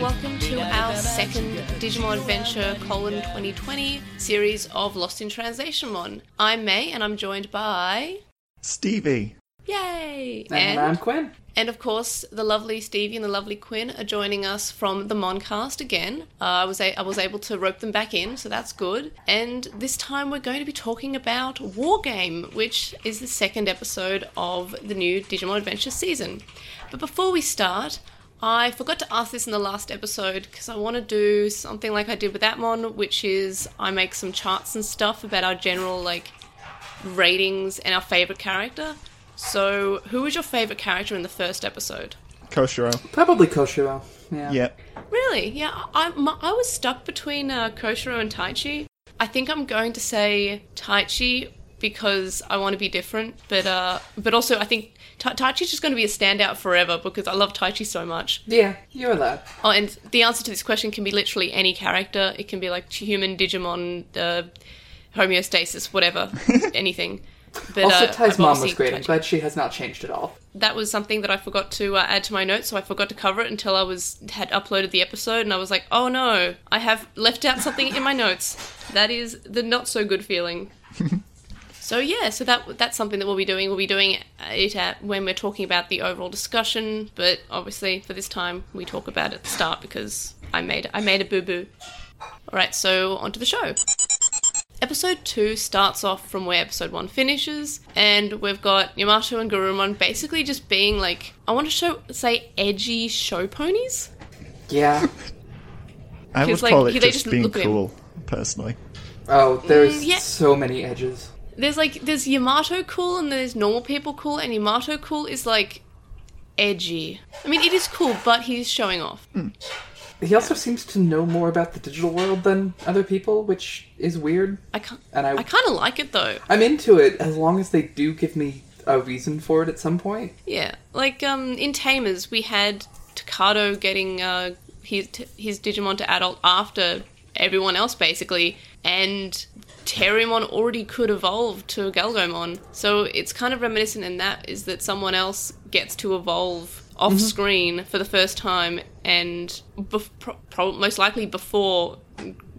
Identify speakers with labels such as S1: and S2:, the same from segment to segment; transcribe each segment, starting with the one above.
S1: welcome to our second Digimon Adventure colon 2020 series of Lost in Translationmon. I'm May and I'm joined by
S2: Stevie.
S1: Yay!
S3: And, I'm Quinn.
S1: and of course, the lovely Stevie and the lovely Quinn are joining us from the Moncast again. Uh, I was a- I was able to rope them back in, so that's good. And this time we're going to be talking about Wargame, which is the second episode of the new Digimon Adventure season. But before we start, I forgot to ask this in the last episode because I want to do something like I did with Atmon, which is I make some charts and stuff about our general like ratings and our favorite character. So, who was your favorite character in the first episode?
S2: Koshiro.
S3: Probably Koshiro. Yeah.
S2: Yep.
S1: Really? Yeah, I, I- my, I was stuck between uh, Koshiro and Taichi. I think I'm going to say Taichi because I want to be different, but uh, but also I think Ta- Taichi's just going to be a standout forever because I love Taichi so much.
S3: Yeah, you're allowed.
S1: Oh, and the answer to this question can be literally any character. It can be like human, Digimon, uh, homeostasis, whatever, anything. But,
S3: Also,
S1: uh,
S3: Tai's
S1: I've
S3: mom
S1: obviously
S3: was great. I'm
S1: Taichi.
S3: glad she has not changed at all.
S1: that was something that I forgot to uh, add to my notes, so I forgot to cover it until I was had uploaded the episode, and I was like, "Oh no, I have left out something in my notes." That is the not so good feeling. so yeah, so that that's something that we'll be doing. We'll be doing it at, when we're talking about the overall discussion, but obviously for this time we talk about it at the start because I made I made a boo boo. All right, so onto the show. Episode 2 starts off from where episode 1 finishes, and we've got Yamato and Garurumon basically just being like, I want to show, say, edgy show ponies?
S3: Yeah.
S2: I would
S1: He's like-
S2: call it
S1: he- they
S2: just
S1: just
S2: being
S1: look at him.
S2: cool, personally.
S3: Oh, there's
S1: Mm, yeah.
S3: so many edges.
S1: There's like, there's Yamato cool and there's normal people cool, and Yamato cool is like edgy. I mean, it is cool, but he's showing off.
S3: Mm. He also seems to know more about the digital world than other people, which is weird.
S1: I can't.
S3: And I,
S1: I kind of like it though.
S3: I'm into it as long as they do give me a reason for it at some point.
S1: Yeah, like um, in Tamers, we had Takato getting uh, his his Digimon to adult after everyone else, basically, and Terrymon already could evolve to Galgomon. So it's kind of reminiscent in that is that someone else gets to evolve off screen for the first time, and bef- pro- pro- most likely before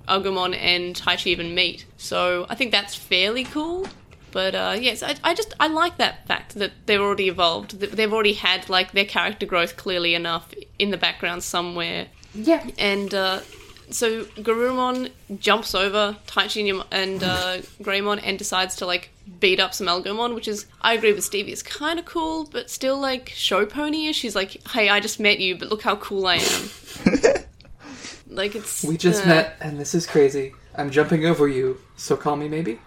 S1: Agumon and Taichi even meet. So I think that's fairly cool. But uh, yes, I, I just I like that fact that they're already evolved. That they've already had like their character growth clearly enough in the background somewhere.
S3: Yeah.
S1: And uh, so Garurumon jumps over Taichi and Yam- and uh, Greymon and decides to like beat up some Algomon, which is I agree with Stevie is kind of cool, but still like show ponyish. She's like, hey, I just met you, but look how cool I am. like it's
S3: We just
S1: uh,
S3: met, and this is crazy. I'm jumping over you, so call me maybe?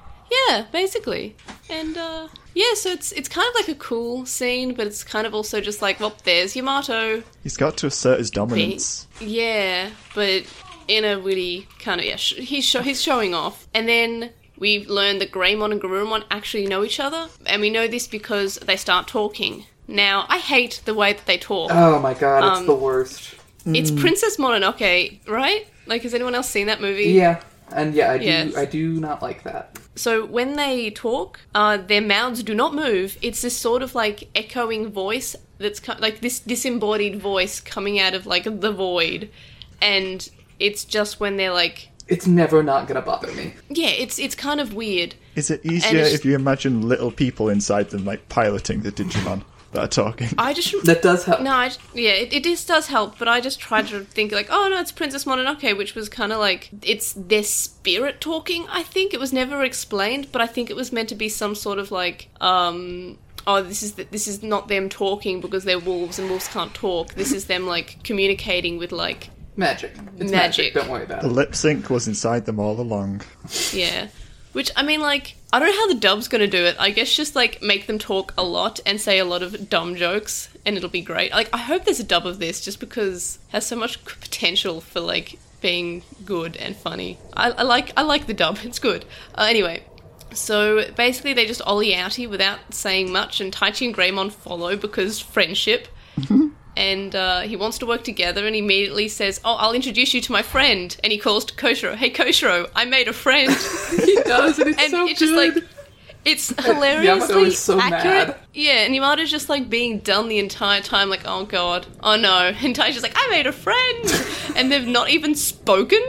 S1: Yeah, basically. And uh yeah, so it's it's kind of like a cool scene, but it's kind of also just like, well, there's Yamato.
S2: He's got to assert his dominance.
S1: Yeah, but in a really kind of yeah, sh- he's show- he's showing off. And then we learn that Greymon and Garurumon actually know each other, and we know this because they start talking. Now, I hate the way that they talk.
S3: Oh my god, it's
S1: Um,
S3: the worst.
S1: It's Princess Mononoke, right? Like, has anyone else seen that movie?
S3: Yeah. And yeah, I do,
S1: Yes.
S3: I do not like that.
S1: So when they talk, uh, their mouths do not move. It's this sort of like echoing voice that's co- like this disembodied voice coming out of like the void, and it's just when they're like,
S3: It's never not gonna bother me.
S1: yeah, it's it's kind of weird.
S2: Is it easier
S1: it's-
S2: if you imagine little people inside them, like piloting the Digimon that are talking?
S1: I just
S3: That does help.
S1: no, I j- yeah, it, it just does help, but I just tried to think like, oh no, it's Princess Mononoke, which was kind of like it's their spirit talking. I think it was never explained, but I think it was meant to be some sort of like, um, oh, this is the, this is not them talking because they're wolves and wolves can't talk. This is them like communicating with like
S3: Magic. It's magic.
S1: Magic.
S3: Don't worry about
S2: The
S3: it.
S2: lip sync was inside them all along.
S1: yeah. Which I mean, like I don't know how the dub's gonna do it. I guess just like make them talk a lot and say a lot of dumb jokes, and it'll be great. Like I hope there's a dub of this, just because it has so much c- potential for like being good and funny. I, I like I like the dub. It's good. Uh, anyway, so basically they just ollie outy without saying much, and Taichi and Greymon follow because friendship. And uh, he wants to work together, and he immediately says, "Oh, I'll introduce you to my friend." And he calls to Koshiro, "Hey, Koshiro, I made a friend."
S3: He does, and it's
S1: and
S3: so
S1: it's
S3: good.
S1: just like It's hilariously
S3: is so
S1: accurate.
S3: mad.
S1: Yeah, and Yamada's just like being dumb the entire time, like, oh god, oh no. And Taisha's like, I made a friend! and they've not even spoken.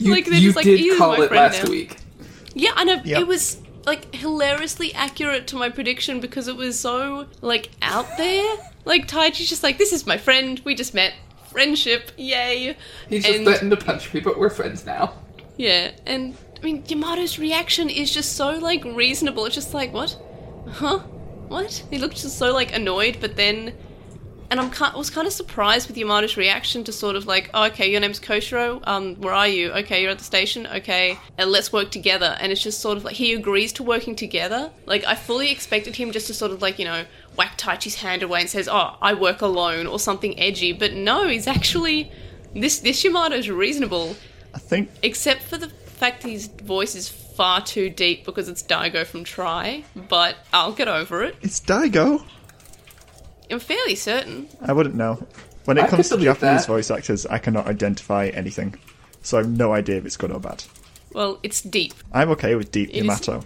S3: You,
S1: like,
S3: you did
S1: "He's
S3: call
S1: my
S3: it
S1: friend
S3: last
S1: now."
S3: week.
S1: Yeah, I know.
S2: Yeah.
S1: It was like hilariously accurate to my prediction because it was so like out there. Like Taiji's just like, this is my friend. We just met. Friendship, yay!
S3: He just
S1: And-
S3: threatened to punch me, but we're friends now.
S1: Yeah, and I mean Yamato's reaction is just so like reasonable. It's just like what, huh? What? He looked just so like annoyed, but then, and I'm kind, was kind of surprised with Yamato's reaction to sort of like, oh, okay, your name's Koshiro. Um, where are you? Okay, you're at the station. Okay, and let's work together. And it's just sort of like he agrees to working together. Like I fully expected him just to sort of like you know whack Taichi's hand away and says, oh, I work alone or something edgy. But no, he's actually this this Yamato's reasonable
S2: I think
S1: except for the fact his voice is far too deep because it's Daigo from Try, but I'll get over it.
S2: it's Daigo.
S1: I'm fairly certain.
S2: I wouldn't know. When it
S3: I
S2: comes to
S3: could
S2: the
S3: believe
S2: Japanese
S3: that.
S2: voice actors, I cannot identify anything, so I have no idea if it's good or bad.
S1: Well, it's deep.
S2: I'm okay with Deep
S1: It is-
S2: Yamato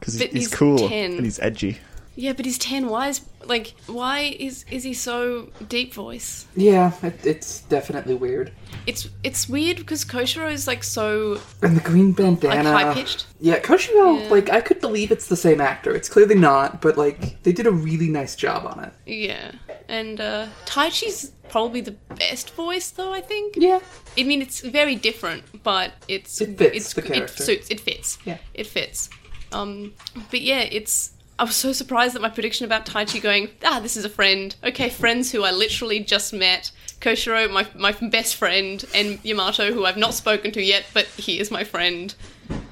S2: because he's,
S1: But
S2: he's
S1: he's
S2: cool
S1: 10.
S2: and he's edgy.
S1: Yeah, but he's 10. Why is like why is is he so deep voice?
S3: Yeah, it, it's definitely weird.
S1: It's it's weird because Koshiro is like so
S3: And the green bandana.
S1: high-pitched?
S3: Yeah, Koshiro,
S1: Yeah.
S3: like, I could believe it's the same actor. It's clearly not, but, like, they did a really nice job on it.
S1: yeah. And uh Taichi's probably the best voice though, I think.
S3: Yeah.
S1: I mean, it's very different, but it's
S3: It fits
S1: it's
S3: the character.
S1: It suits. It fits.
S3: Yeah.
S1: it fits. Um, but yeah, it's. I was so surprised that my prediction about Taichi going, ah, this is a friend. Okay, friends who I literally just met. Koshiro, my my best friend, and Yamato, who I've not spoken to yet, but he is my friend.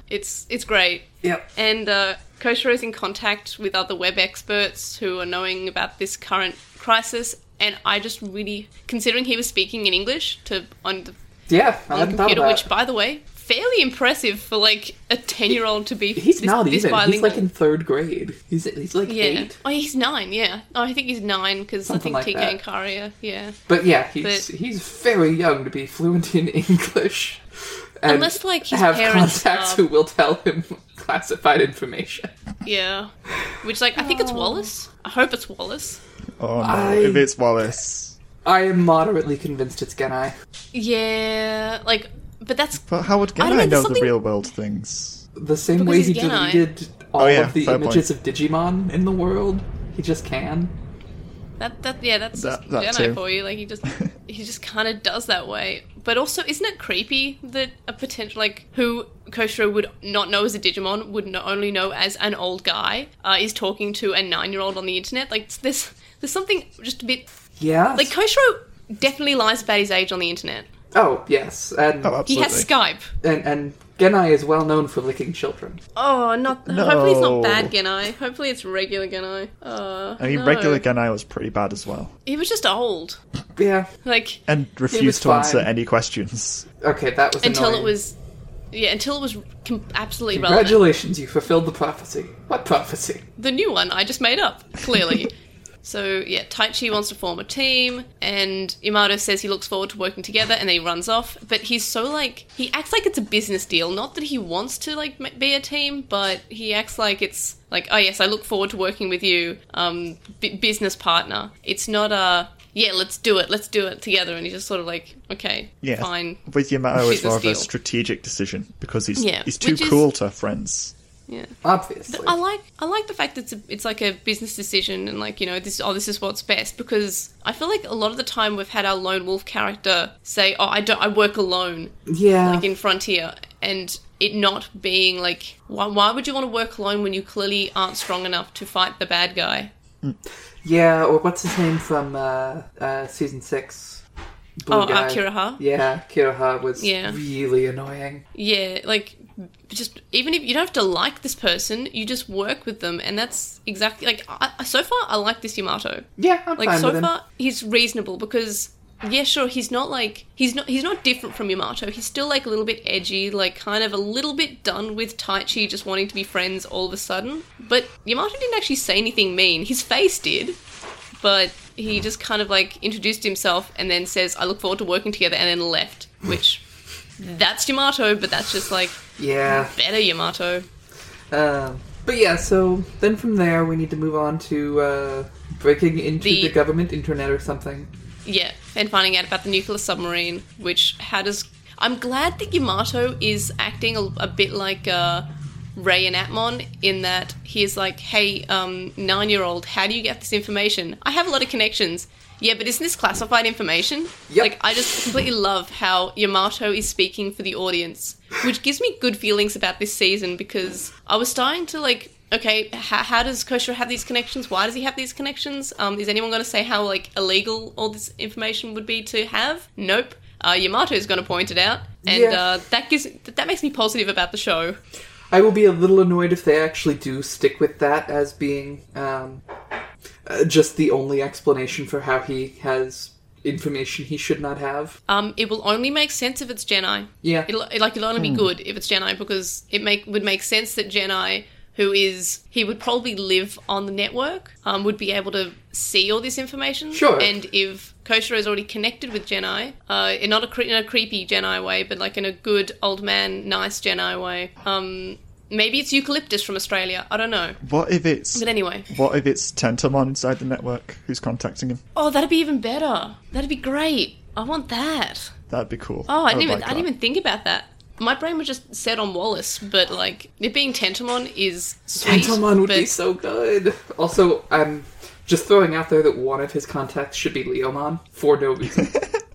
S1: It's it's great.
S3: Yep.
S1: And uh, Koshiro's in contact with other web experts who are knowing about this current crisis. And I just really, considering he was speaking in English to on the
S3: Yeah, I
S1: on
S3: hadn't
S1: the
S3: thought
S1: computer,
S3: about
S1: which,
S3: it.
S1: by the way, fairly impressive for like a ten-year-old to be.
S3: He's
S1: this,
S3: not
S1: this
S3: even. He's,
S1: bilingual.
S3: like, in third grade. He's, he's like,
S1: yeah.
S3: eight.
S1: Oh, he's nine. Yeah. Oh, I think he's nine because I
S3: Something
S1: think
S3: like
S1: Tika
S3: that.
S1: and Kari are- Yeah.
S3: But yeah, he's
S1: But-
S3: he's very young to be fluent in English. And
S1: Unless, like, his
S3: have
S1: parents
S3: contacts
S1: are-
S3: who will tell him classified information.
S1: Yeah. Which, like, I think
S3: Oh.
S1: it's Wallace. I hope it's Wallace.
S2: Oh no!
S3: I-
S2: If it's Wallace,
S3: I am moderately convinced it's Genai.
S1: Yeah. Like, but that's
S2: but how would
S1: don't know,
S2: Genai
S1: there's
S2: know the
S1: something-
S2: real world things?
S3: The same
S1: Because
S3: way
S1: he's
S3: he
S1: Genai.
S3: deleted all
S2: Oh, yeah,
S3: of the
S2: fair
S3: images of Digimon in the world, he just can.
S1: That that yeah, that's
S2: That-
S1: just
S2: that
S1: Jedi
S2: too.
S1: for you. Like he just he just kind of does that way. But also, isn't it creepy that a potential like who Koshiro would not know as a Digimon would not only know as an old guy uh, is talking to a nine year old on the internet? Like there's there's something just a bit
S3: Yeah.
S1: like Koshiro definitely lies about his age on the internet.
S3: oh yes, and
S2: Oh,
S1: He
S2: absolutely.
S1: has Skype.
S3: and and Genai is well known for licking children.
S1: Oh, not hopefully it's
S2: No.
S1: not bad Genai. Hopefully it's regular Genai. Uh,
S2: I mean,
S1: no.
S2: regular Genai was pretty bad as well,
S1: He was just old.
S3: Yeah.
S1: Like
S2: and refused to
S3: fine.
S2: answer any questions.
S3: Okay, that was
S1: until
S3: annoying.
S1: it was yeah until it was com- absolutely relevant.
S3: Congratulations, you fulfilled the prophecy. What prophecy?
S1: the new one I just made up, clearly. so, yeah, Taichi wants to form a team, and Imado says he looks forward to working together, and then he runs off. But he's so like, he acts like it's a business deal. Not that he wants to, like, m- be a team, but he acts like it's like, oh, yes, I look forward to working with you, um, b- business partner. It's not a. Yeah, let's do it. Let's do it together. And he's just sort of like, okay,
S2: Yeah,
S1: fine.
S2: With Yamato, it's
S1: Business
S2: more of a
S1: deal.
S2: strategic decision because he's
S1: Yeah,
S2: he's too
S1: which is-
S2: cool to have friends.
S1: Yeah.
S3: Obviously.
S1: I like I like the fact that it's a, it's like a business decision and like you know this oh this is what's best because I feel like a lot of the time we've had our lone wolf character say oh I don't I work alone
S3: yeah.
S1: like in Frontier and it not being like why, why would you want to work alone when you clearly aren't strong enough to fight the bad guy
S3: Yeah, or what's his name from uh, uh, season six? Blue
S1: Oh,
S3: guy.
S1: uh, Kiraha?
S3: Yeah, Kiraha was
S1: Yeah.
S3: really annoying.
S1: yeah like just even if you don't have to like this person you just work with them and that's exactly like I, I- so far I like this Yamato
S3: Yeah, I'm
S1: like
S3: fine
S1: so
S3: with him.
S1: far he's reasonable because yeah sure he's not like he's not he's not different from Yamato he's still like a little bit edgy like kind of a little bit done with Taichi just wanting to be friends all of a sudden but Yamato didn't actually say anything mean his face did but he just kind of like introduced himself and then says I look forward to working together and then left which that's Yamato but that's just like
S3: Yeah,
S1: better Yamato
S3: um, But yeah, so then from there we need to move on to uh, breaking into
S1: The-
S3: the government internet or something.
S1: Yeah, and finding out about the nuclear submarine, which how does. I'm glad that Yamato is acting a, a bit like uh, Ray and Atmon in that he is like, hey, um, nine year old, how do you get this information? I have a lot of connections. Yeah, but isn't this classified information?
S3: Yep.
S1: Like, I just completely love how Yamato is speaking for the audience, which gives me good feelings about this season because I was starting to like, okay, how, how does Koshiro have these connections? Why does he have these connections? Um, is anyone going to say how like illegal all this information would be to have? Nope. Uh, Yamato is going to point it out, and
S3: Yeah.
S1: uh, that gives that that makes me positive about the show.
S3: I will be a little annoyed if they actually do stick with that as being um, uh, just the only explanation for how he has information he should not have.
S1: Um, it will only make sense if it's Jedi.
S3: Yeah. Hmm.
S1: It'll it, like it'll only be good if it's Jedi because it make would make sense that Jedi, who is he would probably live on the network, um, would be able to see all this information.
S3: Sure.
S1: And if Koshiro is already connected with Jedi, uh, in not a cre- in a creepy Jedi way, but like in a good old man, nice Jedi way. Um, maybe it's eucalyptus from Australia. I don't know.
S2: What if it's
S1: But anyway,
S2: what if it's Tentamon inside the network who's contacting him?
S1: oh, that'd be even better. That'd be great. I want that.
S2: That'd be cool.
S1: Oh, I,
S2: would
S1: didn't even
S2: like
S1: I didn't
S2: that.
S1: even think about that. My brain was just set on Wallace, but like it being Tentamon is sweet.
S3: Tentomon would
S1: but
S3: be so good. Also, I'm just throwing out there that one of his contacts should be Leomon for no reason.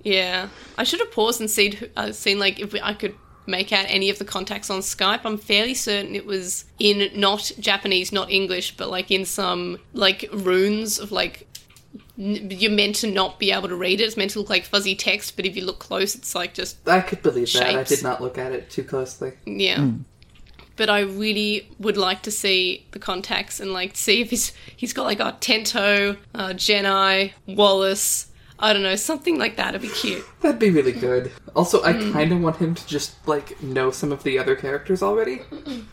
S1: yeah. I should have paused and seen who- uh, seen like if I could make out any of the contacts on Skype. I'm fairly certain it was in not Japanese, not English, but like in some like runes of like n- you're meant to not be able to read it. It's meant to look like fuzzy text, but if you look close, it's like just
S3: I could believe that. I
S1: Shapes.
S3: did not look at it too closely.
S1: Yeah.
S3: Hmm.
S1: But I really would like to see the contacts and like see if he's he's got like a Tento, uh, Jedi, Wallace, I don't know, something like that. It'd be cute.
S3: That'd be really good. Also, I
S1: Hmm.
S3: kind of want him to just like know some of the other characters already.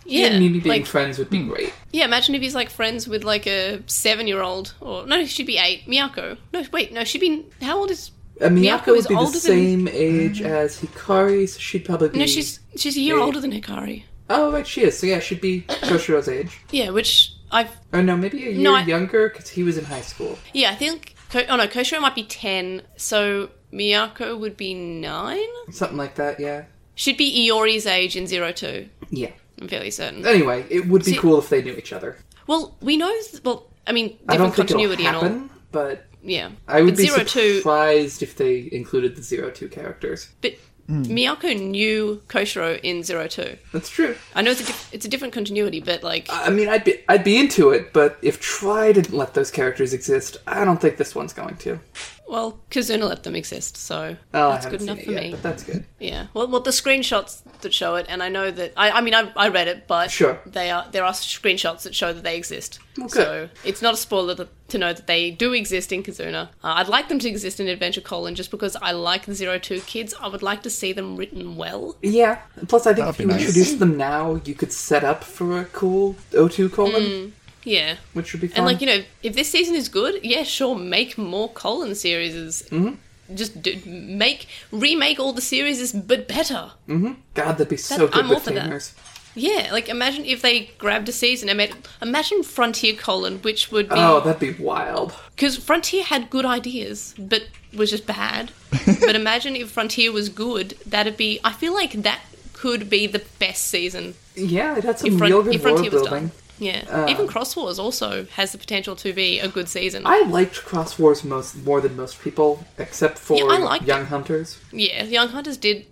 S1: Yeah,
S3: and Mimi being
S1: like hmm.
S3: friends would be great.
S1: yeah. Imagine if he's like friends with like a seven-year-old or no, she'd be eight. Miyako. No, wait, no, she'd be how old is?
S3: Uh, Miyako,
S1: Miyako is
S3: would be the
S1: older than- Mm.
S3: same age as Hikari, so she'd probably be.
S1: No, she's she's a year
S3: Yeah.
S1: older than Hikari.
S3: Oh, right, she is. So yeah, she'd be Koshiro's age.
S1: Yeah, which I've
S3: Or no, maybe a year
S1: No, I-
S3: younger because he was in high school.
S1: yeah, I think Ko- oh no, Koshiro might be ten, so Miyako would be nine.
S3: Something like that, yeah.
S1: She'd be Iori's age in Zero Two.
S3: Yeah.
S1: I'm fairly certain.
S3: Anyway, it would be
S1: See-
S3: cool if they knew each other.
S1: Well, we know. Well, I mean,
S3: I don't
S1: different
S3: think
S1: continuity
S3: it'll
S1: and all.
S3: happen, but
S1: Yeah,
S3: I would
S1: but
S3: be
S1: zero two.
S3: surprised if they included the Zero Two characters.
S1: But Miyako knew Koshiro in zero two.
S3: That's true.
S1: I know it's a dif- it's a different continuity, but like,
S3: I mean, I'd be I'd be into it, but if Try didn't let those characters exist, I don't think this one's going to.
S1: well, Kazuna let them exist, so
S3: Oh,
S1: that's
S3: I haven't
S1: good
S3: seen
S1: enough
S3: it
S1: for
S3: yet,
S1: me.
S3: but that's good.
S1: Yeah. Well, well, the screenshots that show it, and I know that I, I mean, I, I read it, but
S3: Sure.
S1: they are there are screenshots that show that they exist.
S3: Well,
S1: So it's not a spoiler that, to know that they do exist in Kazuna. Uh, I'd like them to exist in Adventure Colon just because I like the Zero Two kids. I would like to see them written well.
S3: Yeah. Plus, I think
S2: That'd
S3: if
S2: be
S3: you
S2: nice.
S3: introduce them now, you could set up for a cool O2 colon,
S1: Yeah.
S3: which would be fun.
S1: Mm. And like you know, if this season is good, yeah, sure, make more Colin series.
S3: Mm-hmm.
S1: Just do, make remake all the series, but better.
S3: God, that'd be so good
S1: I'm all
S3: with
S1: for that.
S3: famers.
S1: Yeah, like imagine if they grabbed a season and made imagine Frontier Colin, which would
S3: Oh,
S1: be
S3: that'd be wild.
S1: because Frontier had good ideas, but was just bad. but imagine if Frontier was good, that'd be. I feel like that could be the best season.
S3: Yeah, it had some
S1: If, Fron-
S3: real good
S1: if
S3: world
S1: Frontier was
S3: building. Uh.
S1: done. Yeah, even Cross Wars also has the potential to be a good season.
S3: I liked Cross Wars most more than most people, except for
S1: Yeah, I liked
S3: Young Hunters.
S1: Yeah, the Young Hunters did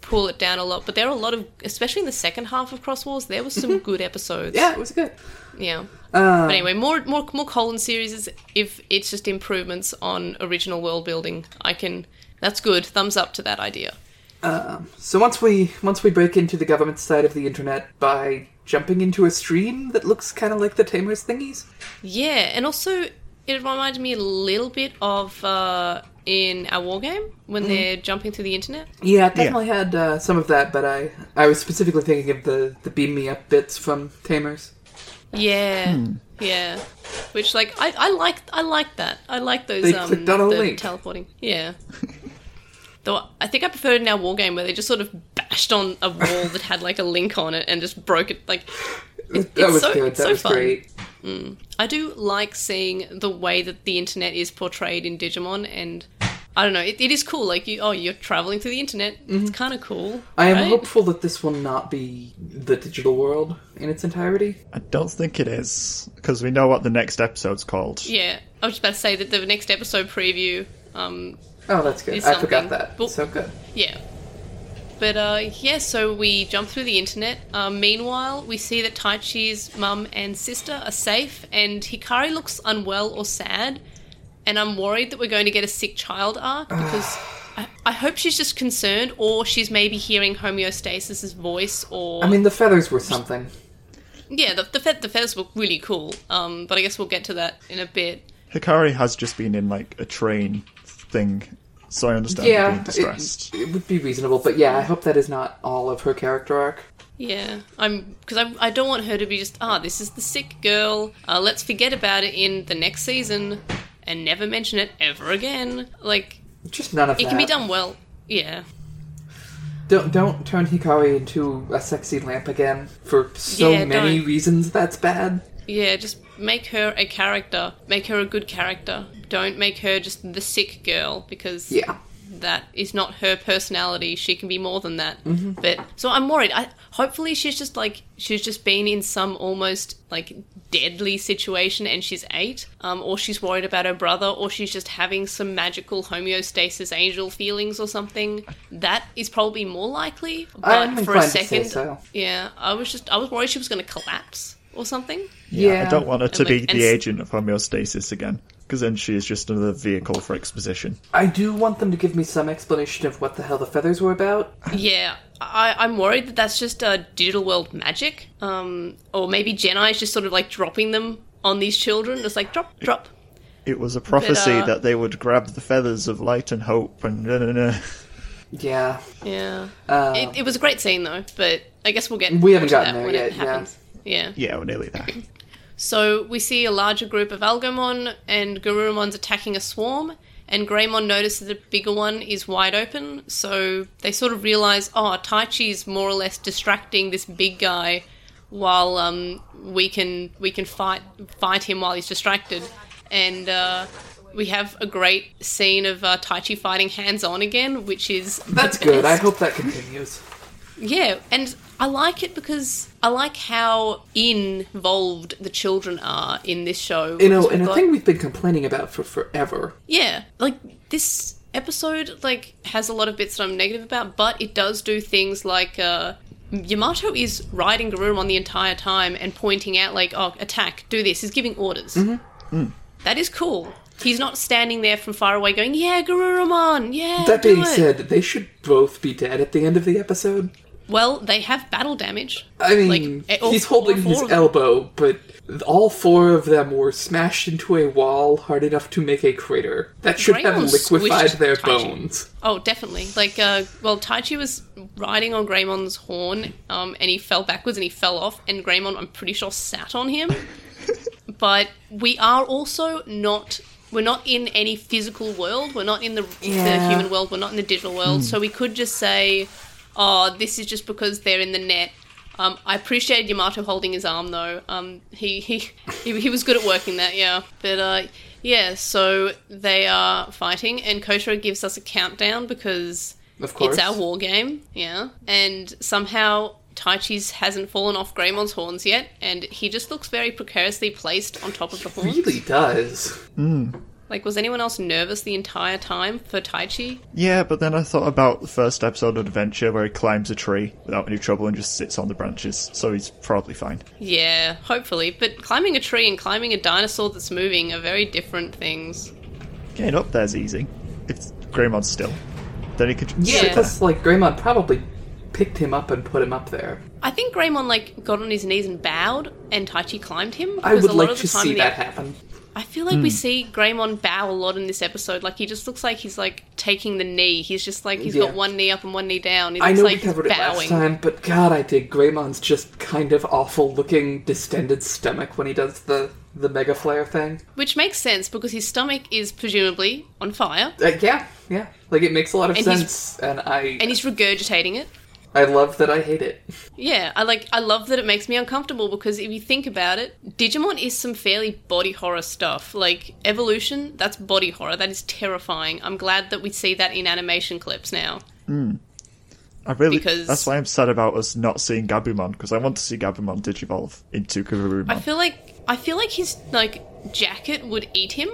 S1: pull it down a lot, but there are a lot of, especially in the second half of Cross Wars, there were some good episodes.
S3: Yeah, it was good.
S1: yeah.
S3: Uh,
S1: But anyway, more more more Colin series is if it's just improvements on original world building. I can that's good. Thumbs up to that idea.
S3: so once we once we break into the government side of the internet by jumping into a stream that looks kind of like the Tamers thingies.
S1: Yeah, and also it reminded me a little bit of uh, in our war game when
S3: Mm-hmm.
S1: they're jumping through the internet.
S3: Yeah, it definitely had uh, some of that, but I I was specifically thinking of the the beam me up bits from Tamers.
S1: Yeah,
S3: Hmm.
S1: yeah. Which like I, I like I like that. I like those.
S3: They
S1: um,
S3: clicked on a
S1: the
S3: link.
S1: Teleporting. Yeah. Though I think I preferred in our war game where they just sort of bashed on a wall that had like a link on it and just broke it. Like
S3: that
S1: it's
S3: was
S1: so-
S3: good. That
S1: it's so
S3: was
S1: fun.
S3: great.
S1: I do like seeing the way that the internet is portrayed in Digimon, and I don't know, it, it is cool. Like, you, oh, you're traveling through the internet. It's kind of cool.
S3: Mm-hmm. I am
S1: right?
S3: hopeful that this will not be the digital world in its entirety.
S2: I don't think it is because we know what the next episode's called.
S1: Yeah, I was just about to say that the next episode preview. Um,
S3: Oh, that's good.
S1: Is
S3: I forgot
S1: something-
S3: that.
S1: Well-
S3: so good.
S1: yeah. But uh, yeah, so we jump through the internet. Uh, meanwhile, we see that Taichi's mum and sister are safe, and Hikari looks unwell or sad. And I'm worried that we're going to get a sick child arc
S3: Ah.
S1: because I, I hope she's just concerned, or she's maybe hearing homeostasis's voice, or
S3: I mean, the feathers were something.
S1: yeah, the the, fe- the feathers look really cool. Um, but I guess we'll get to that in a bit.
S2: Hikari has just been in like a train thing, so I understand her
S3: Yeah,
S2: being distressed.
S3: it, it would be reasonable, but yeah, I hope that is not all of her character arc.
S1: Yeah, I'm because I, I don't want her to be just ah this is the sick girl. Uh, let's forget about it in the next season and never mention it ever again. Like
S3: Just none of
S1: it
S3: that.
S1: can be done well. Yeah,
S3: Don't don't turn Hikari into a sexy lamp again. For so
S1: Yeah,
S3: many
S1: don't.
S3: reasons, that's bad.
S1: yeah. Just make her a character. Make her a good character. Don't make her just the sick girl because
S3: Yeah.
S1: that is not her personality. She can be more than that. But so I'm worried. I hopefully she's just like she's just been in some almost like deadly situation and she's eight, um, or she's worried about her brother, or she's just having some magical homeostasis angel feelings or something. That is probably more likely. But
S3: I'm
S1: for a
S3: inclined to say
S1: second,
S3: so.
S1: yeah, I was just I was worried she was going to collapse or something.
S2: Yeah, I don't want her to
S1: And, like,
S2: be
S1: and
S2: the
S1: s-
S2: agent of homeostasis again, because then she is just another vehicle for exposition.
S3: I do want them to give me some explanation of what the hell the feathers were about.
S1: Yeah, I, I'm worried that that's just uh, digital world magic, um, or maybe Jedi is just sort of like dropping them on these children. It's like drop, drop.
S2: It was a prophecy
S1: But, uh,
S2: that they would grab the feathers of light and hope and no, no, no.
S3: Yeah,
S1: Yeah,
S3: Uh,
S1: it, it was a great scene though, but I guess we'll get
S3: We haven't
S1: to
S3: gotten
S1: that
S3: there
S1: when it
S3: yet, yeah.
S1: happens. Yeah.
S2: Yeah, we're nearly there.
S1: So we see a larger group of Algomon and Garurumon's attacking a swarm, and Greymon notices that the bigger one is wide open, so they sort of realize, oh, Taichi's more or less distracting this big guy while um, we can we can fight fight him while he's distracted. And uh, we have a great scene of uh, Taichi fighting hands on again, which is the
S3: that's good. I
S1: best.
S3: hope that continues.
S1: Yeah, and I like it because I like how involved the children are in this show.
S3: You know,
S1: Because
S3: and
S1: we've
S3: a
S1: got-
S3: thing we've been complaining about for forever.
S1: yeah, like this episode like has a lot of bits that I'm negative about, but it does do things like uh, Yamato is riding Garurumon the entire time and pointing out like, oh, attack, do this. He's giving orders.
S3: Mm-hmm. Mm.
S1: That is cool. He's not standing there from far away going, yeah, Garurumon, yeah.
S3: That
S1: do
S3: being
S1: it."
S3: said, they should both be dead at the end of the episode.
S1: well, they have battle damage.
S3: I mean,
S1: Like, eh, all-
S3: he's
S1: all
S3: holding
S1: four
S3: his
S1: of them.
S3: elbow, but all four of them were smashed into a wall hard enough to make a crater. That should have
S1: Greymon
S3: liquefied
S1: squished
S3: their
S1: Taichi.
S3: bones.
S1: Oh, definitely. Like, uh, well, Taichi was riding on Greymon's horn, um, and he fell backwards and he fell off, and Greymon, I'm pretty sure, sat on him. but we are also not. We're not in any physical world. We're not in the, the
S3: Yeah.
S1: human world. We're not in the digital world. So we could just say, oh, this is just because they're in the net. Um, I appreciated Yamato holding his arm though. Um, he, he he he was good at working that, yeah. But uh, yeah, so they are fighting, and Koshiro gives us a countdown because
S3: Of course.
S1: it's our war game, yeah. And somehow Taichi's hasn't fallen off Greymon's horns yet, and he just looks very precariously placed on top of the horns.
S3: Really does.
S1: Like, was anyone else nervous the entire time for Taichi?
S2: Yeah, but then I thought about the first episode of Adventure where he climbs a tree without any trouble and just sits on the branches, so he's probably fine.
S1: Yeah, hopefully. But climbing a tree and climbing a dinosaur that's moving are very different things.
S2: Getting up there's easy. If Greymon's still, then he could just
S1: Yeah.
S2: sit there.
S3: Because, like, Greymon probably picked him up and put him up there.
S1: I think Greymon like got on his knees and bowed, and Taichi climbed him.
S3: I
S1: because
S3: would
S1: a lot
S3: like
S1: of the
S3: to
S1: time
S3: see
S1: in the-
S3: that happen. Hmm.
S1: I feel like we see Greymon bow a lot in this episode. Like he just looks like he's like taking the knee. He's just like he's
S3: Yeah.
S1: got one knee up and one knee down. He
S3: I
S1: looks
S3: know
S1: like
S3: we
S1: he's
S3: covered it last
S1: bowing.
S3: time, but god, I dig Greymon's just kind of awful looking distended stomach when he does the, the mega flare thing.
S1: Which makes sense because his stomach is presumably on fire
S3: Uh, yeah, yeah. Like, it makes a lot of
S1: And he's-
S3: sense, and I.
S1: and he's regurgitating it.
S3: I love that I hate it.
S1: Yeah, I like I love that it makes me uncomfortable because if you think about it, Digimon is some fairly body horror stuff. Like evolution, that's body horror. That is terrifying. I'm glad that we see that in animation clips now.
S2: I really
S1: Because-
S2: that's why I'm sad about us not seeing Gabumon because I want to see Gabumon digivolve into Garurumon.
S1: I feel like I feel like his like jacket would eat him.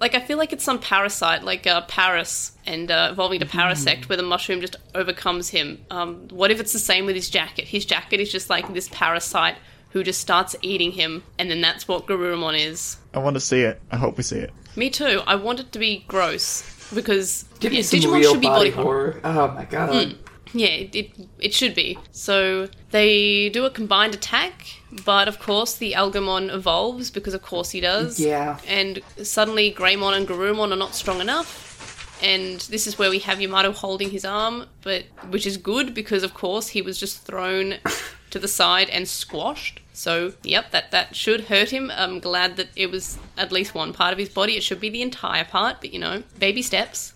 S1: Like I feel like it's some parasite, like uh, Paris and uh, evolving to
S3: Mm.
S1: Parasect, where the mushroom just overcomes him. Um, what if it's the same with his jacket? His jacket is just like this parasite who just starts eating him, and then that's what Garurumon is.
S2: I want to see it. I hope we see it.
S1: Me too. I want it to be gross because
S3: Give me
S1: yeah,
S3: some
S1: Digimon
S3: real
S1: should be
S3: body,
S1: body horror. Hmm.
S3: horror. Oh my god.
S1: Yeah, it, it it should be. So they do a combined attack, but of course the Algamon evolves because of course he does.
S3: Yeah.
S1: And suddenly Greymon and Garurumon are not strong enough. And this is where we have Yamato holding his arm, but which is good because of course he was just thrown to the side and squashed. So yep, that that should hurt him. I'm glad that it was at least one part of his body. It should be the entire part, but you know, baby steps.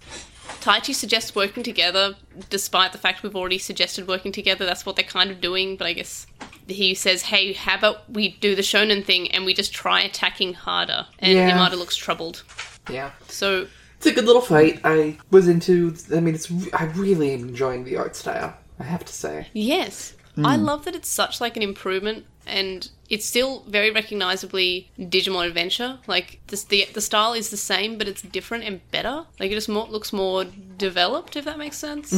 S1: Taichi suggests working together, despite the fact we've already suggested working together. That's what they're kind of doing, but I guess he says, "Hey, how about we do the shonen thing and we just try attacking harder?" And
S3: Yeah.
S1: Yamada looks troubled.
S3: Yeah.
S1: So
S3: It's a good little fight. I was into. I mean, it's. I really am enjoying the art style. I have to say.
S1: yes, I love that it's such like an improvement, and it's still very recognizably Digimon Adventure. Like this, the the style is the same, but it's different and better. Like it just more, looks more developed, if that makes sense.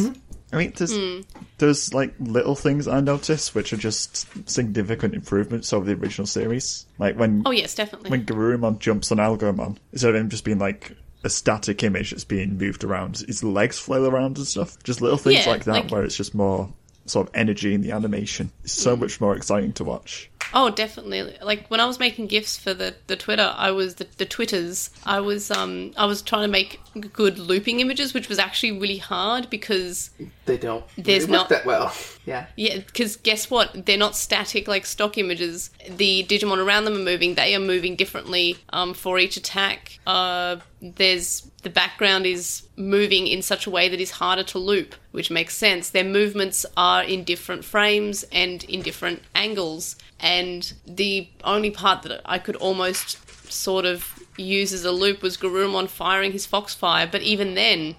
S2: I mean, there's
S1: Hmm.
S2: there's like little things I notice which are just significant improvements over the original series. Like when
S1: Oh yes, definitely.
S2: when Garurumon jumps on Algomon, instead of him just being like a static image that's being moved around, his legs flail around and stuff. Just little things
S1: Yeah,
S2: like that
S1: like-
S2: where it's just more sort of energy in the animation. It's so
S1: Hmm.
S2: much more exciting to watch.
S1: Oh, definitely. Like when I was making gifs for the, the Twitter, I was the, the Twitters. I was um I was trying to make g- good looping images, which was actually really hard because
S3: They don't.
S1: There's
S3: really
S1: not-
S3: work that well. Yeah.
S1: yeah, because guess what? They're not static like stock images. The Digimon around them are moving. They are moving differently um, for each attack. Uh, there's the background is moving in such a way that is harder to loop, which makes sense. Their movements are in different frames and in different angles. And the only part that I could almost sort of use as a loop was Garurumon firing his Foxfire, but even then,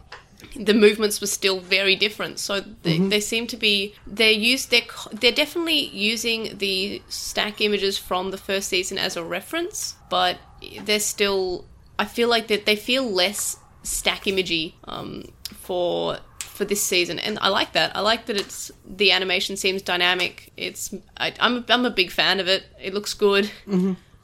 S1: the movements were still very different. So they, they seem to be they're used they're co- they're definitely using the stack images from the first season as a reference, but they're still I feel like that they feel less stack imagey um, for for this season, and I like that. I like that it's the animation seems dynamic. It's I, I'm I'm a big fan of it. It looks good.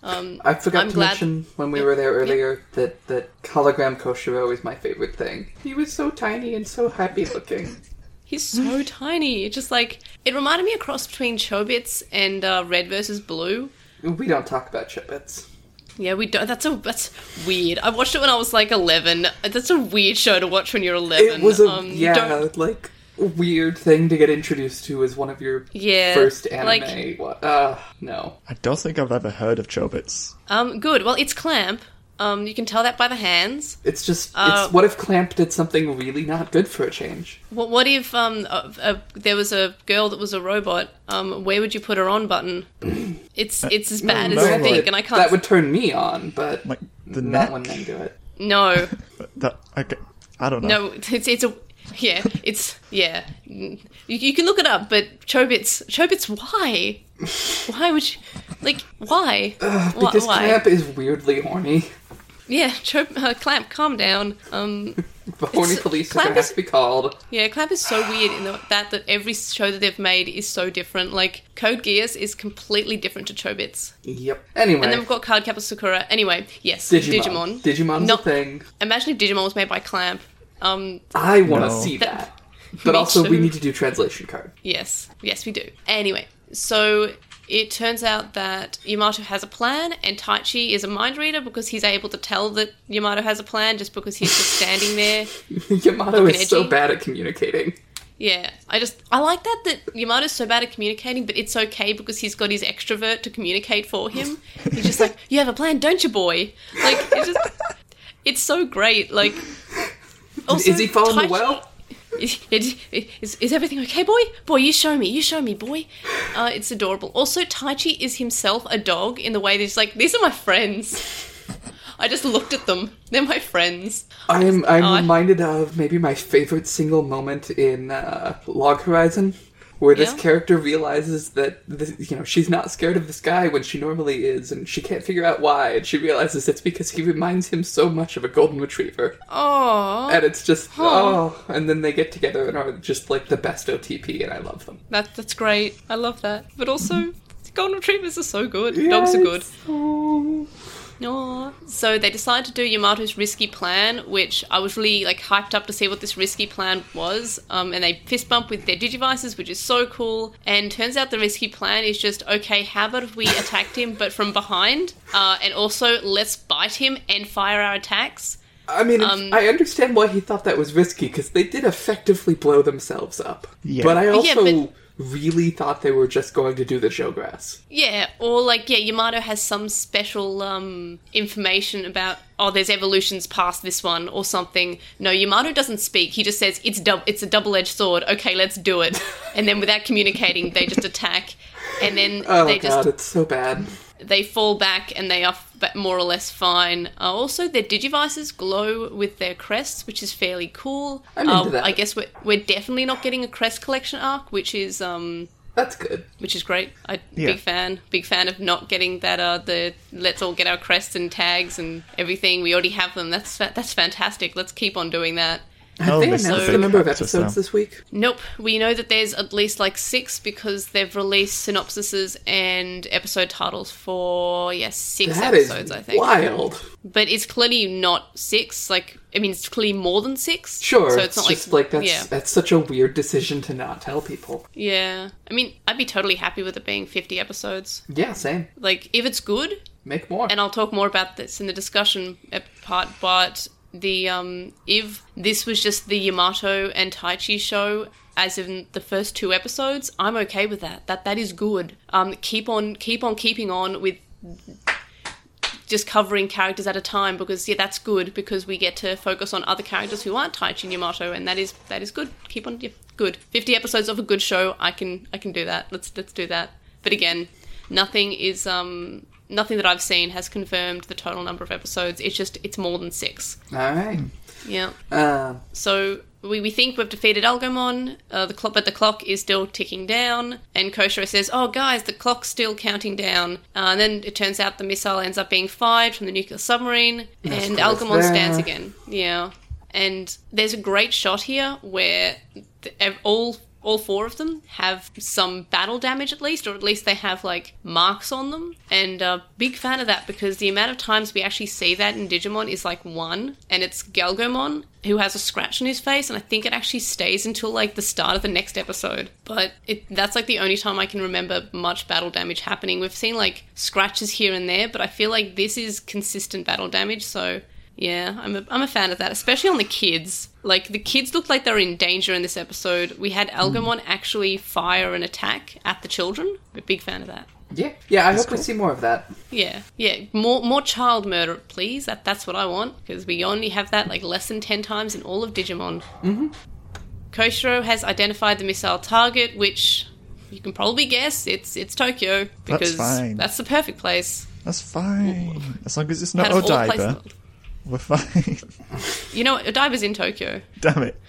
S3: I forgot
S1: I'm
S3: to
S1: glad-
S3: mention when we were there earlier that that hologram Koshiro is my favorite thing. He was so tiny and so happy looking.
S1: He's so tiny. It just like it reminded me a cross between Chobits and uh, Red versus Blue.
S3: We don't talk about Chippets.
S1: Yeah, we don't. That's a that's weird. I watched it when I was like eleven. That's a weird show to watch when you're eleven.
S3: It was a
S1: um,
S3: yeah,
S1: don't-
S3: like weird thing to get introduced to as one of your
S1: Yeah,
S3: first anime.
S1: like-
S3: What? Uh, no.
S2: I don't think I've ever heard of Chobits.
S1: um, good. Well, it's Clamp. Um, you can tell that by the hands.
S3: It's just
S1: Uh,
S3: it's what if Clamp did something really not good for a change?
S1: What, what if um, uh uh there was a girl that was a robot? Um, where would you put her on button? It's it's as bad
S2: no,
S1: as you
S2: Granted,
S1: think, and I can't.
S3: That would turn me on, but
S2: Like the
S3: not
S2: neck.
S3: when they do it.
S1: no,
S2: That okay. I don't know.
S1: no. It's it's a yeah. It's yeah. You, you can look it up, but Chobits Chobits. Why? Why would you like? Why? Wh-
S3: Because
S1: why?
S3: Clamp is weirdly horny.
S1: Yeah, Cho- uh, Clamp, calm down. Um,
S3: The horny
S1: It's-
S3: police are
S1: Clamp
S3: gonna have
S1: is-
S3: to be called.
S1: yeah, Clamp is so weird in the, that that every show that they've made is so different. Like Code Geass is completely different to Chobits,
S3: Yep. Anyway.
S1: and then we've got Cardcaptor Sakura. Anyway, yes,
S3: Digimon.
S1: Digimon.
S3: Digimon's
S1: No-
S3: a thing.
S1: Imagine if Digimon was made by Clamp. Um,
S3: I want to
S2: No.
S3: see
S1: That-
S3: that. But
S1: Me
S3: also, we
S1: too.
S3: need to do translation card.
S1: Yes, yes, we do. Anyway, so it turns out that Yamato has a plan, and Taichi is a mind reader because he's able to tell that Yamato has a plan just because he's just standing there.
S3: Yamato
S1: Looking
S3: is so
S1: edgy.
S3: bad at communicating.
S1: Yeah, I just I like that that Yamato's so bad at communicating, but it's okay because he's got his extrovert to communicate for him. He's just like, "You have a plan, don't you, boy?" Like it's just, it's so great. Like, also,
S3: is he following
S1: Tai
S3: the
S1: Chi-
S3: well?
S1: Is, is, is everything okay, boy? Boy, you show me. You show me, boy. Uh, it's adorable. Also, Taichi is himself a dog in the way that he's like, these are my friends. I just looked at them. They're my friends.
S3: I'm I'm
S1: odd.
S3: reminded of maybe my favorite single moment in uh, Log Horizon, where this
S1: Yeah.
S3: character realizes that this, you know she's not scared of this guy when she normally is, and she can't figure out why, and she realizes it's because he reminds him so much of a golden retriever,
S1: Oh,
S3: and it's just
S1: Huh.
S3: oh, and then they get together and are just like the best OTP, and I love them.
S1: that, that's great. I love that. But also, golden retrievers are so good. Dogs are good.
S3: good.
S1: Aw. So they decide to do Yamato's risky plan, which I was really like hyped up to see what this risky plan was. Um, and they fist bump with their digivices, which is so cool. And turns out the risky plan is just okay. How about if we attacked him, but from behind, uh, and also let's bite him and fire our attacks.
S3: I mean, it's-
S1: Um,
S3: I understand why he thought that was risky because they did effectively blow themselves up.
S2: Yeah.
S3: But I also
S1: but-
S3: really thought they were just going to do the showgrass.
S1: Yeah, or like yeah, Yamato has some special um, information about oh, there's evolutions past this one or something. No, Yamato doesn't speak. He just says it's dou- it's a double edged sword. Okay, let's do it. And then without communicating, they just attack, and then
S3: Oh
S1: they
S3: god,
S1: just
S3: it's so bad.
S1: they fall back and they are f- ba- more or less fine. Uh, also, their digivices glow with their crests, which is fairly cool.
S3: I'm
S1: uh,
S3: into that.
S1: I guess we're we're definitely not getting a crest collection arc, which is um
S3: That's good.
S1: which is great. I
S2: Yeah.
S1: big fan, big fan of not getting that. Uh, the let's all get our crests and tags and everything. We already have them. That's fa- that's fantastic. Let's keep on doing that.
S3: Have
S2: Oh,
S3: they
S2: this is
S3: announced
S2: a
S3: the
S2: big
S3: number of
S2: cut just
S3: episodes
S2: now.
S3: this week?
S1: Nope, we know that there's at least like six because they've released synopsises and episode titles for yes six
S3: That is
S1: episodes I think.
S3: wild.
S1: But it's clearly not six. Like I mean, it's clearly more than six.
S3: Sure,
S1: so
S3: it's, just like, that's
S1: yeah.
S3: that's such a weird decision to not tell people.
S1: Yeah, I mean, I'd be totally happy with it being fifty episodes.
S3: Yeah, same.
S1: Like if it's good,
S3: Make more.
S1: and I'll talk more about this in the discussion ep- part, but the um, if this was just the Yamato and Taichi show as in the first two episodes, I'm okay with that. That that is good. Um, keep on keep on keeping on with just covering characters at a time because yeah, that's good because we get to focus on other characters who aren't Taichi and Yamato, and that is that is good. Keep on yeah, good. Fifty episodes of a good show, I can I can do that. Let's let's do that. But again, nothing is um nothing that I've seen has confirmed the total number of episodes. It's just it's more than six.
S3: All right.
S1: Yeah.
S3: Um,
S1: So we, we think we've defeated Algomon, uh, the clock, but the clock is still ticking down. And Koshiro says, "Oh, guys, the clock's still counting down." Uh, and then it turns out the missile ends up being fired from the nuclear submarine, and
S3: course,
S1: Algomon
S3: there.
S1: stands again. Yeah. And there's a great shot here where th- ev- all all four of them have some battle damage at least, or at least they have like marks on them. And uh, big fan of that because the amount of times we actually see that in Digimon is like one, and it's Galgomon who has a scratch on his face, and I think it actually stays until like the start of the next episode. But it, that's like the only time I can remember much battle damage happening. We've seen like scratches here and there, but I feel like this is consistent battle damage, so yeah, I'm a, I'm a fan of that, especially on the kids. Like, the kids looked like they were in danger in this episode. We
S2: Hmm.
S1: had Algamon actually fire an attack at the children. I'm a big fan of that.
S3: yeah, yeah. I hope we see more of that.
S1: Yeah, yeah. More more child murder, please. That That's what I want, because we only have that, like, less than 10 times in all of Digimon. Mm-hmm. Koshiro has identified the missile target, which you can probably guess it's it's Tokyo, because
S2: fine.
S1: that's the perfect place.
S2: That's fine. As long as it's not
S1: Out of all the places in the world.
S2: Odaiba, we're fine.
S1: You know, Odaiba's in Tokyo.
S2: Damn it.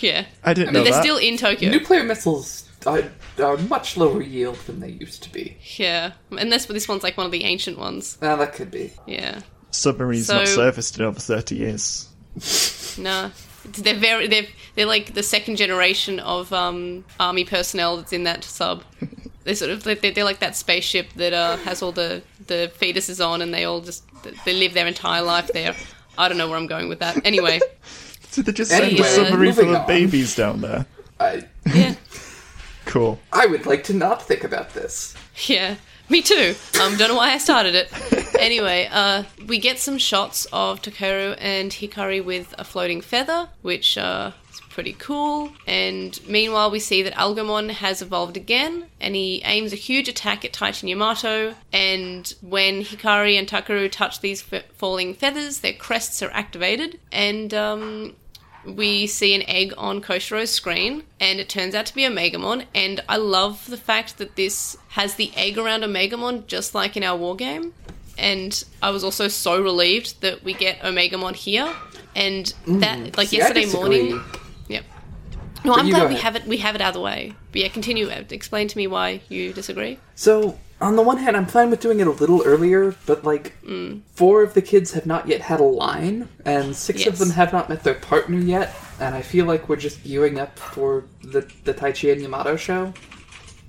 S1: Yeah.
S2: I didn't
S1: I
S2: know
S1: mean, they're
S2: that.
S1: still in Tokyo.
S3: Nuclear missiles are, are much lower yield than they used to be.
S1: Yeah, unless this one's like one of the ancient ones.
S3: Now that could be.
S1: Yeah,
S2: Submarines
S1: So-
S2: not surfaced in over 30 years.
S1: no, It's- they're very they're they're like the second generation of um, army personnel that's in that sub. They sort of they're, they're like that spaceship that uh, has all the the fetuses on, and they all just they live their entire life there. I don't know where I'm going with that. Anyway,
S2: Did they just send
S3: Anyway,
S2: a submarine full
S3: moving
S2: of
S3: on.
S2: babies down there?
S3: I,
S1: yeah,
S2: Cool.
S3: I would like to not think about this.
S1: yeah. Me too. Um, don't know why I started it. Anyway, uh, we get some shots of Takeru and Hikari with a floating feather, which uh, is pretty cool. And meanwhile, we see that Algamon has evolved again, and he aims a huge attack at Titan Yamato. And when Hikari and Takeru touch these f- falling feathers, their crests are activated, and um, we see an egg on Koshiro's screen, and it turns out to be a Megamon. And I love the fact that this has the egg around a Megamon, just like in our war game. And I was also so relieved that we get Omegamon here. And that, like
S3: Mm, See, I
S1: yesterday
S3: disagree.
S1: morning, yep. No, I'm
S3: you go
S1: glad we
S3: ahead.
S1: have it. We have it out of the way. But yeah, continue. Ed. Explain to me why you disagree.
S3: So, on the one hand, I'm fine with doing it a little earlier, but like, four of the kids have not yet had a line, and six of
S1: Yes.
S3: them have not met their partner yet, and I feel like we're just gearing up for the, the Taichi and Yamato show.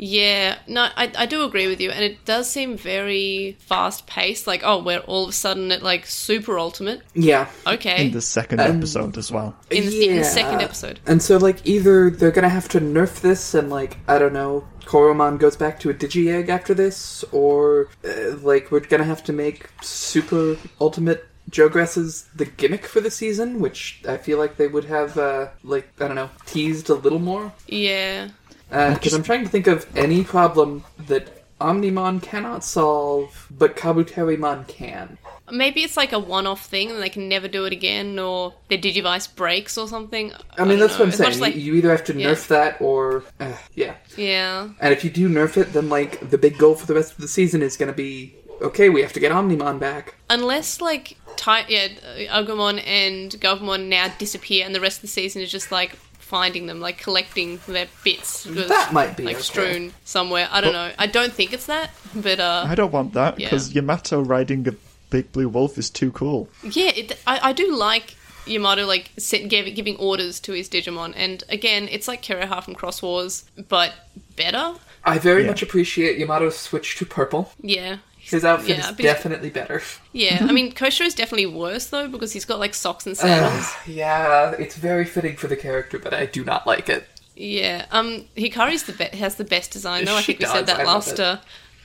S1: Yeah, no, I, I do agree with you, and it does seem very fast paced. Like, oh, we're all of a sudden at like super ultimate.
S3: Yeah.
S1: Okay,
S2: in the second
S3: um,
S2: episode as well.
S1: in the, in the second
S3: Yeah.
S1: episode.
S3: And so, like, either they're gonna have to nerf this, and like, I don't know, Koromon goes back to a digi egg after this, or uh, like, we're gonna have to make Super Ultimate Jogress's the gimmick for the season, which I feel like they would have, uh, like, I don't know, teased a little more.
S1: Yeah,
S3: Because I'm trying to think of any problem that Omnimon cannot solve, but Kabuterimon can.
S1: maybe it's like a one off thing, and they can never do it again, or their digivice breaks or something.
S3: I mean,
S1: don't
S3: that's
S1: know.
S3: what I'm
S1: As much
S3: saying.
S1: as, like-
S3: you, you either have to
S1: Yeah.
S3: nerf that, or uh, yeah.
S1: yeah,
S3: And if you do nerf it, then like the big goal for the rest of the season is going to be okay. We have to get Omnimon back.
S1: unless like Ty- yeah, uh, Agumon and Govmon now disappear, and the rest of the season is just like finding them, like collecting their bits.
S3: That might be
S1: like
S3: okay.
S1: strewn somewhere. I don't know. I don't think it's that, but uh,
S2: I don't want that because Yamato riding a big blue wolf is too cool.
S1: Yeah, it, I, I do like Yamato like set, gave, giving orders to his Digimon, and again, it's like Kiriha from Cross Wars, but better.
S3: I very
S2: Yeah.
S3: much appreciate Yamato's switch to purple.
S1: Yeah,
S3: His outfit
S1: Yeah,
S3: is
S1: because-
S3: definitely better.
S1: yeah. I mean, Kosher is definitely worse though because he's got like socks and sandals.
S3: yeah, it's very fitting for the character, but I do not like it.
S1: Yeah. Um, Hikari's the be- has the best design though. I
S3: She
S1: think we
S3: does,
S1: said that
S3: I love
S1: last.
S3: it. Hmm.
S1: Uh,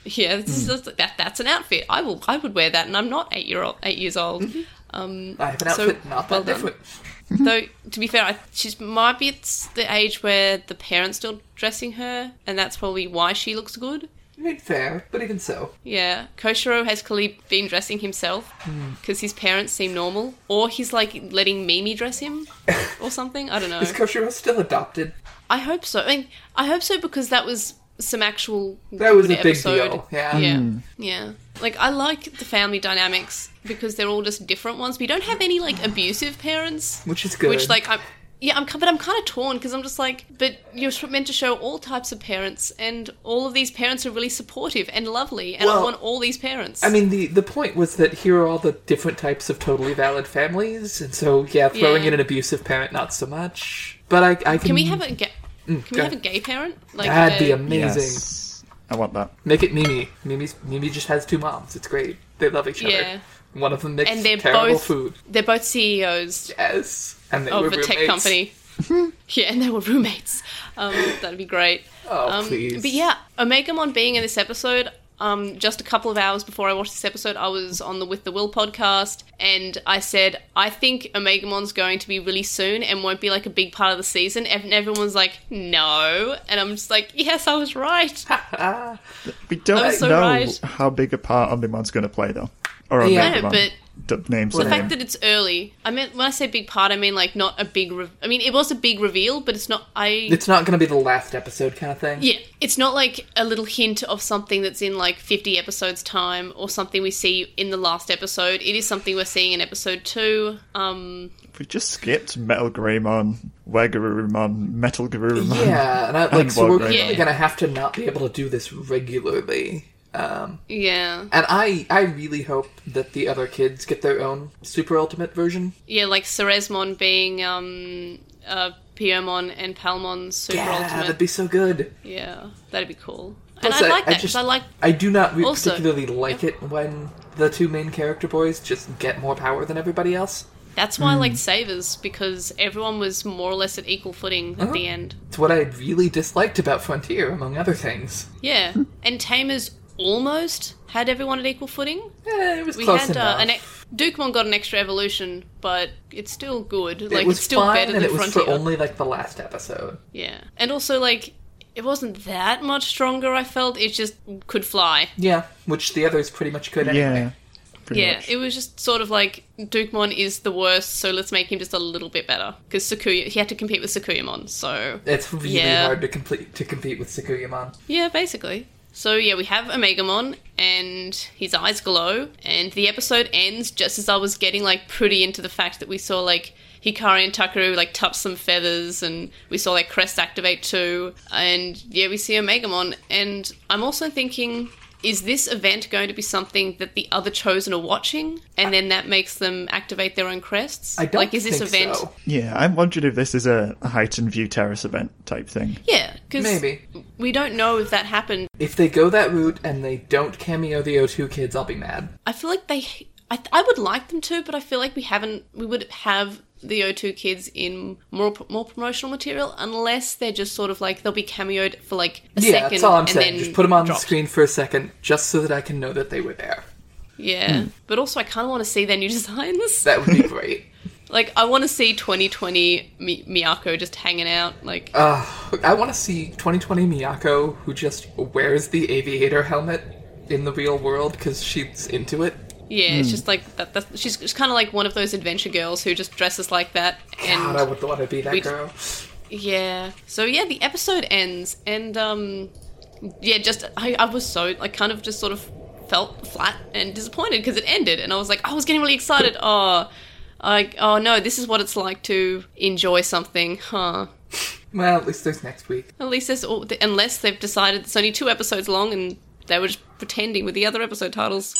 S1: yeah, this is just- that, that's an outfit. I will. I would wear that, and I'm not eight year old. Eight years old. Um,
S3: Mm-hmm. I have an
S1: So,
S3: outfit not that
S1: well done.
S3: different.
S1: Though to be fair, I, she's might be it's the age where the parents still dressing her, and that's probably why she looks good.
S3: I mean, fair, but even so,
S1: Yeah, Koshiro has clearly been dressing himself
S3: Hmm.
S1: because his parents seem normal, or he's like letting Mimi dress him or something. I don't know.
S3: is Koshiro still adopted?
S1: I hope so. I mean, I hope so because that was some actual
S3: That was
S1: good
S3: a big
S1: episode.
S3: deal, yeah.
S1: yeah, yeah. Like I like the family dynamics because they're all just different ones. We don't have any like abusive parents.
S3: Which is good.
S1: Which like I'm yeah, I'm but I'm kind of torn because I'm just like, but you're meant to show all types of parents, and all of these parents are really supportive and lovely, and I
S3: Well,
S1: want all these parents.
S3: I mean, the the point was that here are all the different types of totally valid families, and so yeah, throwing
S1: Yeah.
S3: in an abusive parent, not so much. But I, I can.
S1: can we have a ga- can we
S3: Mm. go
S1: have a gay parent? Like
S3: That'd be
S1: a-
S3: amazing.
S2: Yes. I want that.
S3: Make it Mimi. Mimi's Mimi just has two moms. It's great. They love each
S1: Yeah.
S3: other. One of them makes
S1: and they're
S3: terrible
S1: both
S3: food.
S1: they're both CEOs
S3: Yes, and they
S1: of
S3: were
S1: a
S3: roommates.
S1: tech company. yeah, and they were roommates. Um, that'd be great.
S3: Oh
S1: Um,
S3: please.
S1: But yeah, Omegamon being in this episode, um, just a couple of hours before I watched this episode, I was on the With the Will podcast, and I said, I think Omegamon's going to be really soon and won't be like a big part of the season. And everyone's like, no. And I'm just like, yes, I was right.
S2: We don't
S1: I'm so
S2: know
S1: right.
S2: how big a part Omnimon's going to play though, or
S3: Yeah.
S2: Omnimon.
S1: No, but-
S2: D- names
S1: the
S3: The
S2: the
S1: fact
S2: name.
S1: that it's early, I mean, when I say big part, I mean like not a big. Re- I mean, it was a big reveal, but it's not. I
S3: it's not going to be the last episode kind of thing.
S1: Yeah, it's not like a little hint of something that's in like 50 episodes time or something we see in the last episode. It is something we're seeing in episode 2. Um
S2: We just skipped Metal Greymon, Wegarurumon, Metal Garurumon.
S3: Yeah, and I, like
S2: And
S3: so we're
S2: Wargrave.
S1: Yeah.
S3: going to have to not be able to do this regularly. Um,
S1: yeah.
S3: and I I really hope that the other kids get their own super ultimate version.
S1: Yeah, like Ceresmon being um uh Piomon and Palmon's super
S3: Yeah,
S1: ultimate.
S3: that'd be so good.
S1: yeah, that'd be cool. and
S3: Plus,
S1: I
S3: I-
S1: like
S3: I
S1: that because
S3: just-
S1: I like
S3: I do not re-
S1: Also-
S3: particularly like it when the two main character boys just get more power than everybody else.
S1: that's
S3: Hmm.
S1: why I liked Savers because everyone was more or less at equal footing at
S3: Uh-huh.
S1: the end.
S3: It's what I really disliked about Frontier, among other things.
S1: Yeah, and Tamers almost had everyone at equal footing.
S3: Eh, it was
S1: We
S3: close
S1: had uh,
S3: enough.
S1: an e- Dukemon got an extra evolution, but it's still good.
S3: it
S1: Like
S3: was
S1: it's still
S3: fine,
S1: better
S3: and
S1: than
S3: it was
S1: Frontier.
S3: for only like the last episode.
S1: yeah, and also like it wasn't that much stronger. I felt it just could fly.
S3: Yeah, which the others pretty much could anyway.
S2: Yeah. pretty
S1: yeah,
S2: much.
S1: it was just sort of like Dukemon is the worst, so let's make him just a little bit better. Because Sakuya, he had to compete with Sakuyamon, so
S3: It's really
S1: Yeah.
S3: hard to complete to compete with Sakuyamon.
S1: yeah, basically. So yeah, we have Omegamon, and his eyes glow, and the episode ends just as I was getting like pretty into the fact that we saw like Hikari and Takaru like tuck some feathers, and we saw like Crest activate too, and yeah, we see Omegamon, and I'm also thinking. Is this event going to be something that the other chosen are watching, and then that makes them activate their own crests?
S3: I don't
S1: like. Is this
S3: think
S1: event?
S3: so.
S2: Yeah, I'm wondering if this is a heightened view terrace event type thing.
S1: Yeah, because
S3: Maybe.
S1: we don't know if that happened
S3: If they go that route and they don't cameo the O2 kids, I'll be mad.
S1: I feel like they. I, I would like them to, but I feel like we haven't. We would have the O2 kids in more more promotional material unless they're just sort of like they'll be cameoed for like a
S3: Yeah,
S1: second.
S3: that's all I'm
S1: and
S3: saying.
S1: Then
S3: Just put them on
S1: dropped.
S3: the screen for a second, just so that I can know that they were there.
S1: Yeah,
S3: Hmm.
S1: but also I kind of want to see their new designs.
S3: That would be great.
S1: Like I want to see 2020 Mi- Miyako just hanging out. Like
S3: Uh, I want to see 2020 Miyako, who just wears the aviator helmet in the real world because she's into it.
S1: yeah, it's
S3: hmm.
S1: just like that. That's, she's just kind of like one of those adventure girls who just dresses like that. And
S3: God, I would want to be that
S1: we-
S3: girl.
S1: Yeah. So yeah, the episode ends, and um, yeah, just I, I was so like kind of just sort of felt flat and disappointed because it ended, and I was like, I was getting really excited. Oh, I oh no, this is what it's like to enjoy something, huh?
S3: Well, at least there's next week.
S1: At least there's all, unless they've decided it's only two episodes long, and they were just pretending with the other episode titles.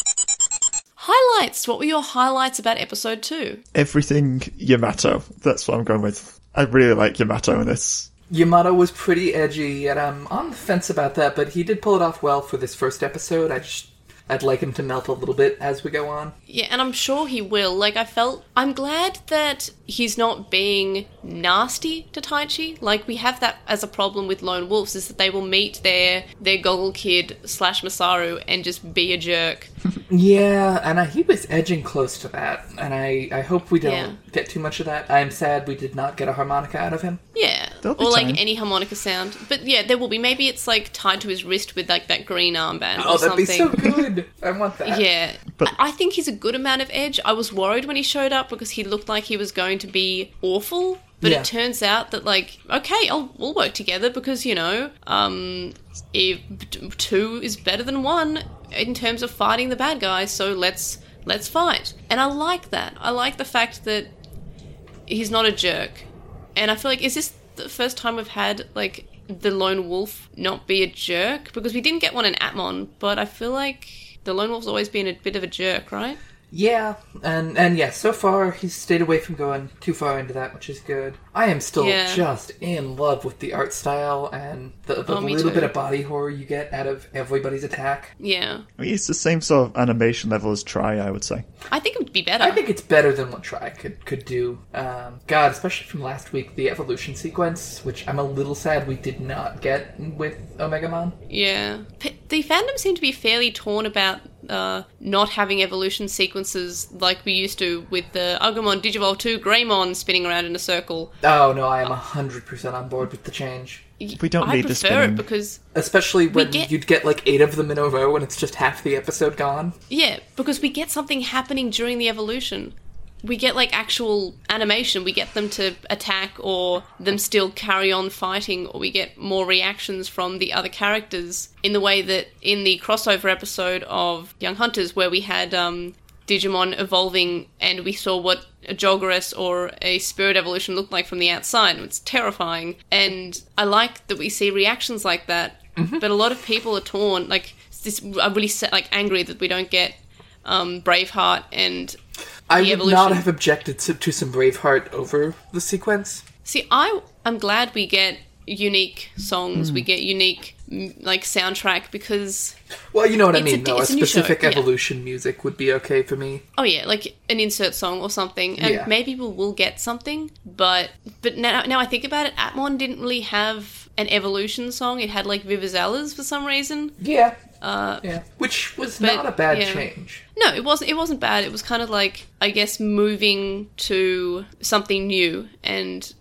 S1: Highlights. What were your highlights about episode two?
S2: Everything Yamato. That's what I'm going with. I really like Yamato in this.
S3: Yamato was pretty edgy, and I'm on the fence about that, but he did pull it off well for this first episode. I just, I'd like him to melt a little bit as we go on.
S1: Yeah, and I'm sure he will. Like, I felt. I'm glad that he's not being nasty to Taichi. Like, we have that as a problem with lone wolves, is that they will meet their their goggle kid slash Masaru and just be a jerk.
S3: Yeah, and I, he was edging close to that, and I, I hope we don't
S1: Yeah.
S3: get too much of that. I'm sad we did not get a harmonica out of him.
S1: Yeah.
S2: There'll be
S1: or, like,
S2: time.
S1: any harmonica sound. But yeah, there will be. Maybe it's, like, tied to his wrist with, like, that green armband
S3: Oh,
S1: or
S3: that'd be
S1: something.
S3: so good. I want that.
S1: Yeah,
S2: But-
S1: I I think he's a good amount of edge. I was worried when he showed up because he looked like he was going to be awful, but
S3: Yeah.
S1: it turns out that like okay, I'll, we'll work together because you know, um, if t- two is better than one in terms of fighting the bad guy, so let's let's fight. And I like that. I like the fact that he's not a jerk. And I feel like is this the first time we've had like the lone wolf not be a jerk because we didn't get one in Atmon, but I feel like the lone wolf's always been a bit of a jerk, right?
S3: Yeah, and and yeah, so far he's stayed away from going too far into that, which is good. I am still
S1: Yeah.
S3: just in love with the art style and the, the
S1: Oh, me
S3: little
S1: too.
S3: bit of body horror you get out of everybody's attack.
S1: Yeah,
S2: I mean, it's the same sort of animation level as Try, I would say.
S1: I think it would be better.
S3: I think it's better than what Try could could do. Um, God, especially from last week, the evolution sequence, which I'm a little sad we did not get with Omega Mon.
S1: yeah, P- the fandom seem to be fairly torn about uh, not having evolution sequences like we used to with the Agumon, Digimon Two, Greymon spinning around in a circle.
S3: Oh no, I am hundred percent on board with the change.
S2: We don't
S1: I
S2: need the
S1: prefer
S2: spinning.
S1: it because
S3: Especially when
S1: get-
S3: you'd get like eight of them in a row and it's just half the episode gone.
S1: Yeah, because we get something happening during the evolution. We get like actual animation. We get them to attack or them still carry on fighting, or we get more reactions from the other characters in the way that in the crossover episode of Young Hunters, where we had um, Digimon evolving and we saw what a Jolgaris or a Spirit evolution looked like from the outside. It's terrifying. And I like that we see reactions like that, but a lot of people are torn. Like, this, I'm really sa- like angry that we don't get um, Braveheart and
S3: I
S1: the
S3: would
S1: evolution.
S3: not have objected to, to some Braveheart over the sequence.
S1: See, I I'm glad we get unique songs. We get unique m- like soundtrack because
S3: Well, you know what I
S1: It's a
S3: mean,
S1: d-
S3: though. A
S1: it's a new show,
S3: specific
S1: yeah.
S3: evolution music would be okay for me.
S1: oh yeah, like an insert song or something, and
S3: Yeah.
S1: maybe we'll, we'll get something. But but now now I think about it, Atmon didn't really have an evolution song. It had like Vivizalas for some reason.
S3: Yeah.
S1: Uh,
S3: Yeah. Which was
S1: But,
S3: not a bad
S1: yeah.
S3: change.
S1: No, it wasn't. It wasn't bad. It was kind of like I guess moving to something new, and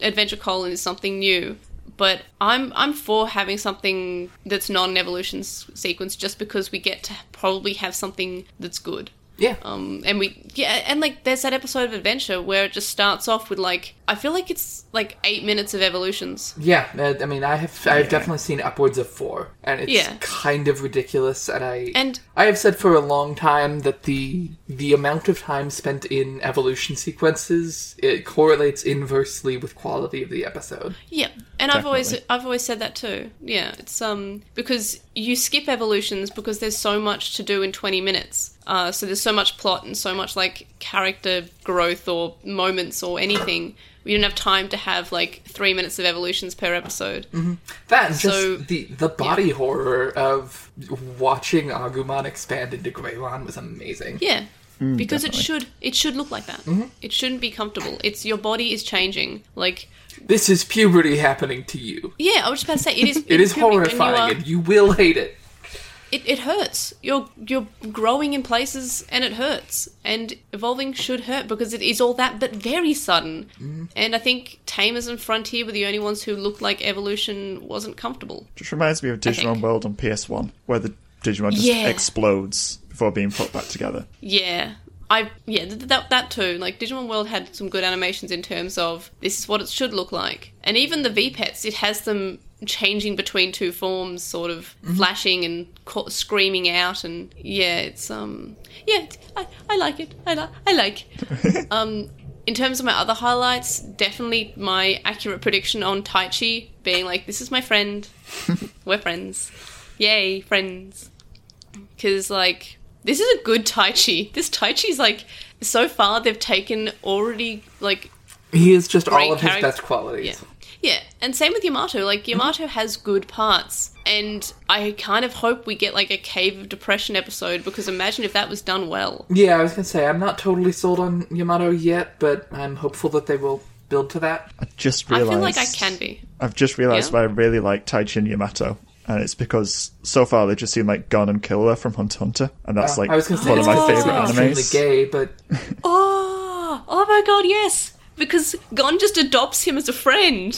S1: Adventure Colon is something new. But I'm I'm for having something that's not an evolution s- sequence, just because we get to probably have something that's good.
S3: Yeah.
S1: Um, and we yeah, and like there's that episode of Adventure where it just starts off with like I feel like it's like eight minutes of evolutions.
S3: Yeah, uh, I mean, I have I've definitely seen upwards of four, and it's
S1: Yeah.
S3: kind of ridiculous. And I
S1: And-
S3: I have said for a long time that the the amount of time spent in evolution sequences it correlates inversely with quality of the episode.
S1: Yeah, and I've always
S2: Definitely.
S1: I've always said that too. Yeah, it's um because you skip evolutions because there's so much to do in 20 minutes. Uh, so there's so much plot and so much like character growth or moments or anything. We didn't have time to have like three minutes of evolutions per episode.
S3: Mm-hmm. That and just
S1: So-
S3: the the body horror of watching Agumon expand into Greymon was amazing.
S1: Yeah.
S3: Mm,
S1: because
S2: definitely.
S1: it should it should look like that.
S3: Mm-hmm.
S1: It shouldn't be comfortable. It's your body is changing. Like
S3: This is puberty happening to you.
S1: yeah, I was just about to say it is.
S3: It is
S1: puberty when you
S3: horrifying,
S1: are-
S3: and you will hate it.
S1: it, it hurts. You're you're growing in places and it hurts. And evolving should hurt because it is all that but very sudden. And I think Tamers and Frontier were the only ones who looked like evolution wasn't comfortable.
S2: Just reminds me of Digimon
S1: think.
S2: World on PS1, where the Digimon just
S1: Yeah.
S2: explodes before being put back together.
S1: Yeah. I yeah, th- that that too. Like Digimon World had some good animations in terms of this is what it should look like. And even the V pets, it has them changing between two forms, sort of flashing and ca- screaming out and yeah, it's um yeah, it's, I, I like it. I li- I like Um, in terms of my other highlights, definitely my accurate prediction on Tai Chi being like, this is my friend. We're friends. Yay, friends. Because, like, this is a good Tai Chi. This Tai Chi's, like, so far they've taken already, like,
S3: He is just all
S1: Great
S3: of his
S1: character-
S3: best qualities.
S1: yeah. Yeah, and same with Yamato. Like, Yamato has good parts. And I kind of hope we get, like, a Cave of Depression episode because imagine if that was done well.
S3: Yeah, I was gonna say I'm not totally sold on Yamato yet, but I'm hopeful that they will build to that.
S2: I just
S1: I
S2: realized.
S1: feel like I can be.
S2: I've just realized
S1: Yeah.
S2: why I really like Taichin Yamato. And it's because so far they just seem like Gon and Killer from Hunt x Hunter, and that's like
S3: Uh, I was gonna say
S2: one of my
S1: that's
S2: favorite
S1: awesome.
S3: extremely
S2: animes.
S3: gay, but
S1: Oh, oh my god, yes. Because Gon just adopts him as a friend.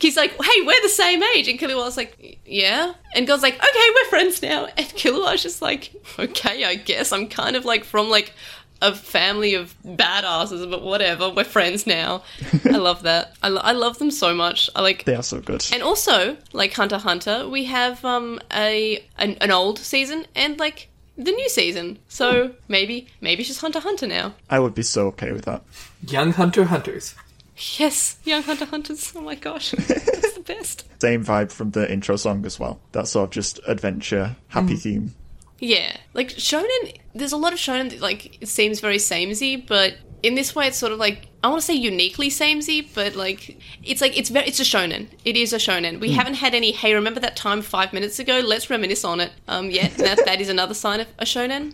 S1: He's like, hey, we're the same age. And Killua's like, yeah. And Gon's like, okay, we're friends now. And Killua's just like, okay, I guess. I'm kind of like from like a family of badasses, but whatever. We're friends now. I love that. I, lo- I love them so much. I like
S2: They are so good.
S1: and also, like Hunter x Hunter, we have um a an, an old season and like the new season. So maybe maybe she's Hunter x Hunter now.
S2: I would be so okay with that.
S3: young hunter hunters.
S1: Yes, young Hunter x Hunters. Oh my gosh, it's the best.
S2: Same vibe from the intro song as well. That sort of just adventure, happy
S1: Mm.
S2: theme.
S1: Yeah, like shonen. There's a lot of shonen that like it seems very samey, but in this way, it's sort of like I want to say uniquely samey, but like it's like it's very it's a shonen. It is a shonen. We haven't had any. Hey, remember that time five minutes ago? Let's reminisce on it. Um, yeah, that that is another sign of a shonen.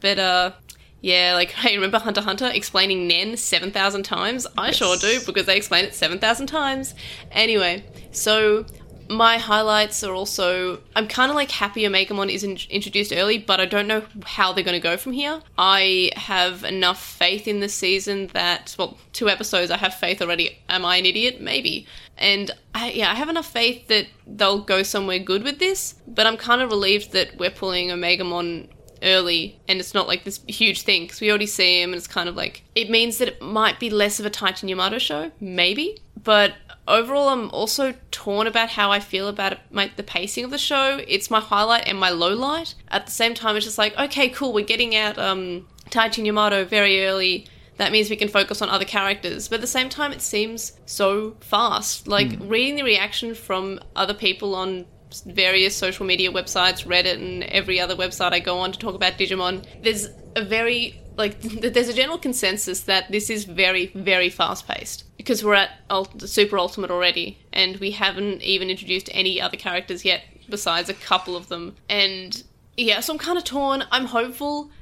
S1: But uh, yeah, like hey, remember Hunter x Hunter explaining Nen seven thousand times? I sure do because they explain it seven thousand times. Anyway, so my highlights are also I'm kind of like happy Omegamon is in- introduced early, but I don't know how they're going to go from here. I have enough faith in this season that well, two episodes I have faith already. Am I an idiot? Maybe. And I, yeah, I have enough faith that they'll go somewhere good with this. But I'm kind of relieved that we're pulling Omegamon early and it's not like this huge thing because we already see him and it's kind of like it means that it might be less of a Titan Yamato show, maybe. But overall, I'm also torn about how I feel about it, my, the pacing of the show. It's my highlight and my low light. At the same time, it's just like, okay, cool, we're getting out um, Taichin Yamato very early. That means we can focus on other characters. But at the same time, it seems so fast. Like, reading the reaction from other people on various social media websites, Reddit, and every other website I go on to talk about Digimon, there's a very like th- there's a general consensus that this is very very fast paced because we're at ult- the super ultimate already and we haven't even introduced any other characters yet besides a couple of them and yeah so i'm kind of torn i'm hopeful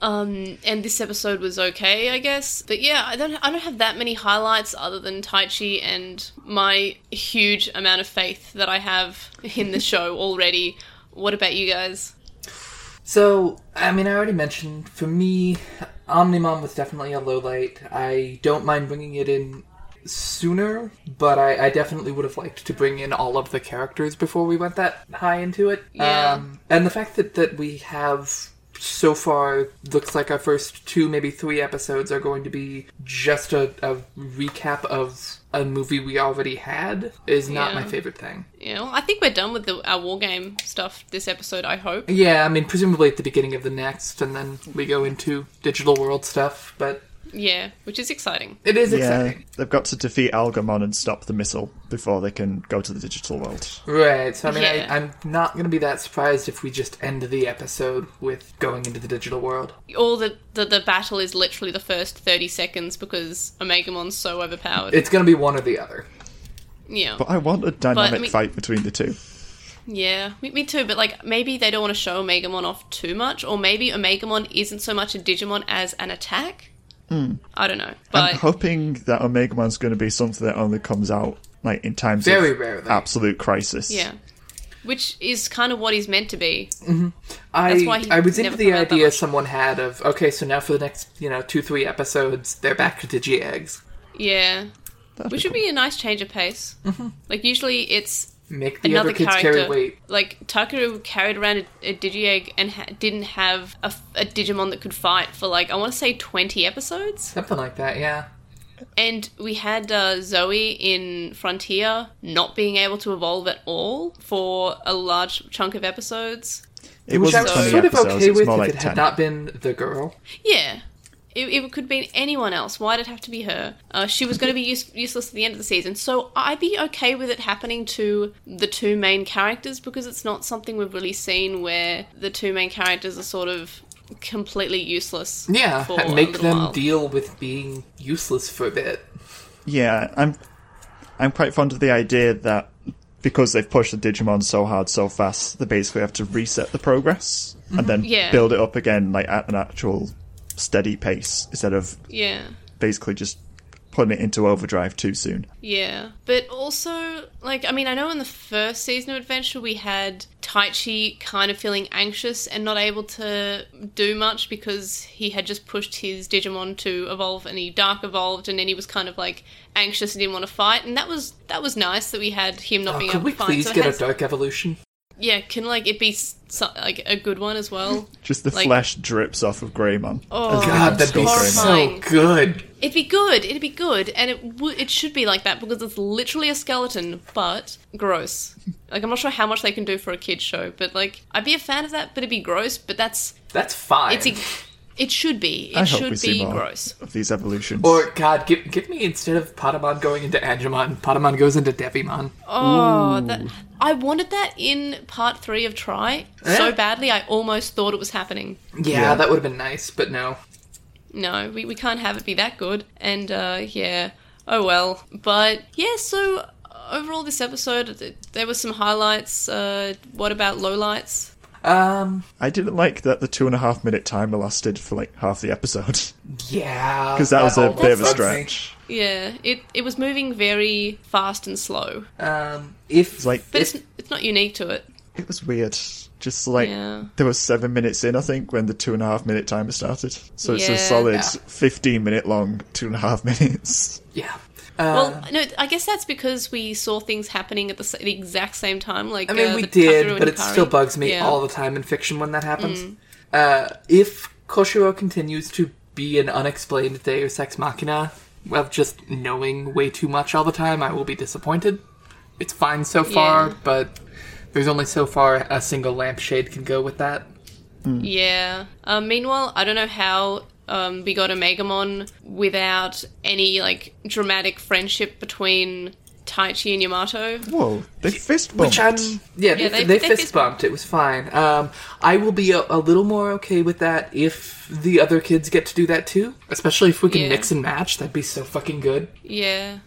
S1: um, and this episode was okay, I guess. But yeah, I don't I don't have that many highlights other than Tai Chi and my huge amount of faith that I have in the show already. What about you guys?
S3: So, I mean, I already mentioned, for me, Omnimon was definitely a low light. I don't mind bringing it in sooner, but I, I definitely would have liked to bring in all of the characters before we went that high into it.
S1: Yeah.
S3: Um, and the fact that, that we have so far looks like our first two, maybe three episodes are going to be just a, a recap of a movie we already had is not
S1: Yeah.
S3: my favorite thing.
S1: You know, I think we're done with the, our war game stuff this episode. I hope.
S3: Yeah, I mean, presumably at the beginning of the next, and then we go into digital world stuff, but
S1: Yeah, which is exciting.
S3: it is
S2: Yeah,
S3: exciting.
S2: they've got to defeat Algamon and stop the missile before they can go to the digital world.
S3: Right, so I mean,
S1: Yeah.
S3: I, I'm not going to be that surprised if we just end the episode with going into the digital world.
S1: All the the, the battle is literally the first thirty seconds because Omegamon's so overpowered.
S3: It's going to be one or the other.
S1: yeah,
S2: But I want a dynamic
S1: mean-
S2: fight between the two.
S1: yeah, me, me too. But like, maybe they don't want to show Omegamon off too much, or maybe Omegamon isn't so much a Digimon as an attack.
S2: Hmm.
S1: I don't know, but
S2: I'm hoping that Omega Man's going to be something that only comes out like in times
S3: Very
S2: of
S3: rarely.
S2: absolute crisis.
S1: yeah, which is kind of what he's meant to be.
S3: I,
S1: That's why he
S3: I was
S1: never
S3: into the
S1: come out that
S3: idea
S1: much.
S3: someone had of okay, so now for the next you know two three episodes, they're back to digi eggs.
S1: Yeah,
S2: That'd
S1: which
S2: be Mm-hmm.
S1: would be a nice change of pace. Like usually it's
S3: Make the
S1: another
S3: other kids
S1: character.
S3: carry weight.
S1: Like Takeru carried around a, a Digiegg and ha- didn't have a, f- a Digimon that could fight for like I want to say twenty episodes.
S3: Something like that, yeah.
S1: And we had uh, Zoe in Frontier not being able to evolve at all for a large chunk of episodes.
S2: It
S3: Which I
S2: wasn't 20
S3: was sort of
S2: episodes,
S3: okay
S2: it's
S3: with if
S2: more like
S3: it had
S2: 10.
S3: not been the girl.
S1: Yeah. It, it could have been anyone else. Why'd it have to be her? Uh, she was going to be use- useless at the end of the season. So I'd be okay with it happening to the two main characters because it's not something we've really seen where the two main characters are sort of completely useless.
S3: Yeah,
S1: for a
S3: make
S1: little
S3: them
S1: while.
S3: deal with being useless for a bit.
S2: Yeah, I'm I'm quite fond of the idea that because they've pushed the Digimon so hard so fast, they basically have to reset the progress and then
S1: Mm-hmm. Yeah.
S2: build it up again like at an actual steady pace instead of
S1: Yeah.
S2: basically just putting it into overdrive too soon.
S1: Yeah. But also, like, I mean, I know in the first season of Adventure, we had Taichi kind of feeling anxious and not able to do much because he had just pushed his Digimon to evolve and he dark evolved and then he was kind of like anxious and didn't want to fight. And that was that was nice that we had him not
S3: Oh,
S1: being
S3: could
S1: able
S3: we
S1: to fight.
S3: please
S1: So it
S3: get
S1: has-
S3: a dark evolution?
S1: yeah, can like it be s- so, like a good one as well?
S2: Just the
S1: Like-
S2: flesh drips off of Greymon.
S1: Oh.
S2: as they
S3: God, that'd be
S2: unscrew Greymon.
S3: so
S1: Horrifying.
S3: good.
S1: It'd be good. It'd be good, and it w- it should be like that because it's literally a skeleton, but gross. Like I'm not sure how much they can do for a kids show, but like I'd be a fan of that, but it'd be gross. But that's
S3: That's fine.
S1: it's ex- it should be. It
S2: I hope
S1: should
S2: we see
S1: be
S2: more
S1: gross.
S2: of these evolutions.
S3: or God, give, give me instead of Patamon going into Angemon, Patamon goes into Devimon.
S1: Oh, that I wanted that in part three of Try
S3: Eh?
S1: so badly. I almost thought it was happening.
S3: Yeah,
S2: Yeah.
S3: that would have been nice, but no.
S1: no, we, we can't have it be that good. And uh, yeah, oh well. But yeah, so overall, this episode, th- there were some highlights. Uh, what about lowlights?
S3: Um,
S2: I didn't like that the two and a half minute timer lasted for like half the episode
S3: yeah,
S2: because that was a
S3: almost
S2: bit of a
S3: bugs me.
S2: stretch.
S1: Yeah, it, it was moving very fast and slow,
S3: Um, if
S2: It's like
S1: but it's, it's not unique to it.
S2: it was weird. Just like
S1: Yeah.
S2: there was seven minutes in, I think, when the two and a half minute timer started. So it's a
S1: Yeah.
S2: solid
S3: Yeah.
S2: fifteen minute long two and a half minutes.
S3: yeah. Uh,
S1: Well, no, I guess that's because we saw things happening at the, s- the exact same time. Like
S3: I mean,
S1: uh,
S3: we
S1: the Takeru
S3: did,
S1: and
S3: but it
S1: Hikari.
S3: still bugs me
S1: Yeah. Mm.
S3: all the time in fiction when that happens. Uh, if Koshiro continues to be an unexplained Deus Ex Machina of just knowing way too much all the time, I will be disappointed. It's fine so far,
S1: Yeah.
S3: but there's only so far a single lampshade can go with that.
S1: Yeah. Um, meanwhile, I don't know how um, we got Omegamon without any like dramatic friendship between Taichi and Yamato.
S2: Whoa, they fist bumped.
S3: Which I'm, yeah, they,
S1: they-
S3: they
S1: they
S3: fist
S1: fist
S3: bumped. It was fine. Um, I will be a, a little more okay with that if the other kids get to do that too. Especially if we can
S1: Yeah.
S3: mix and match, that'd be so fucking good.
S1: Yeah.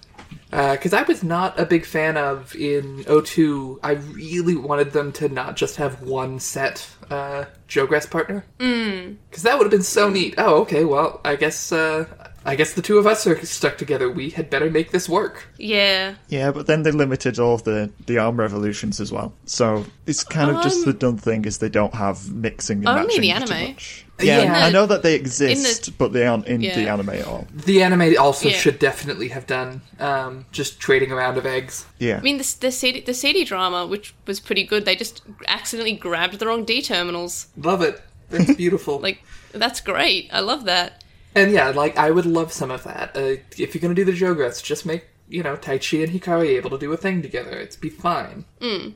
S3: because Uh, I was not a big fan of in 02. I really wanted them to not just have one set uh, Jogress partner.
S1: Mm.
S3: Because that would have been so neat. Oh, okay. Well, I guess uh, I guess the two of us are stuck together. We had better make this work.
S1: Yeah.
S2: Yeah, but then they limited all the the arm revolutions as well. So it's kind of just
S1: Um,
S2: the done thing is they don't have mixing and
S1: Only
S2: matching
S1: the
S2: too
S1: anime.
S2: much. Yeah,
S3: Yeah.
S2: I know that they exist, but they aren't in the
S1: Yeah.
S2: anime at all.
S3: The anime also
S1: Yeah.
S3: should definitely have done um, just trading around of eggs.
S2: Yeah,
S1: I mean, the the CD, the CD drama, which was pretty good, they just accidentally grabbed the wrong D terminals.
S3: Love it. It's beautiful.
S1: Like, that's great. I love that.
S3: and yeah, like I would love some of that. Uh, if you're gonna do the Jogress, just make you know Taichi and Hikari able to do a thing together. It's be fine.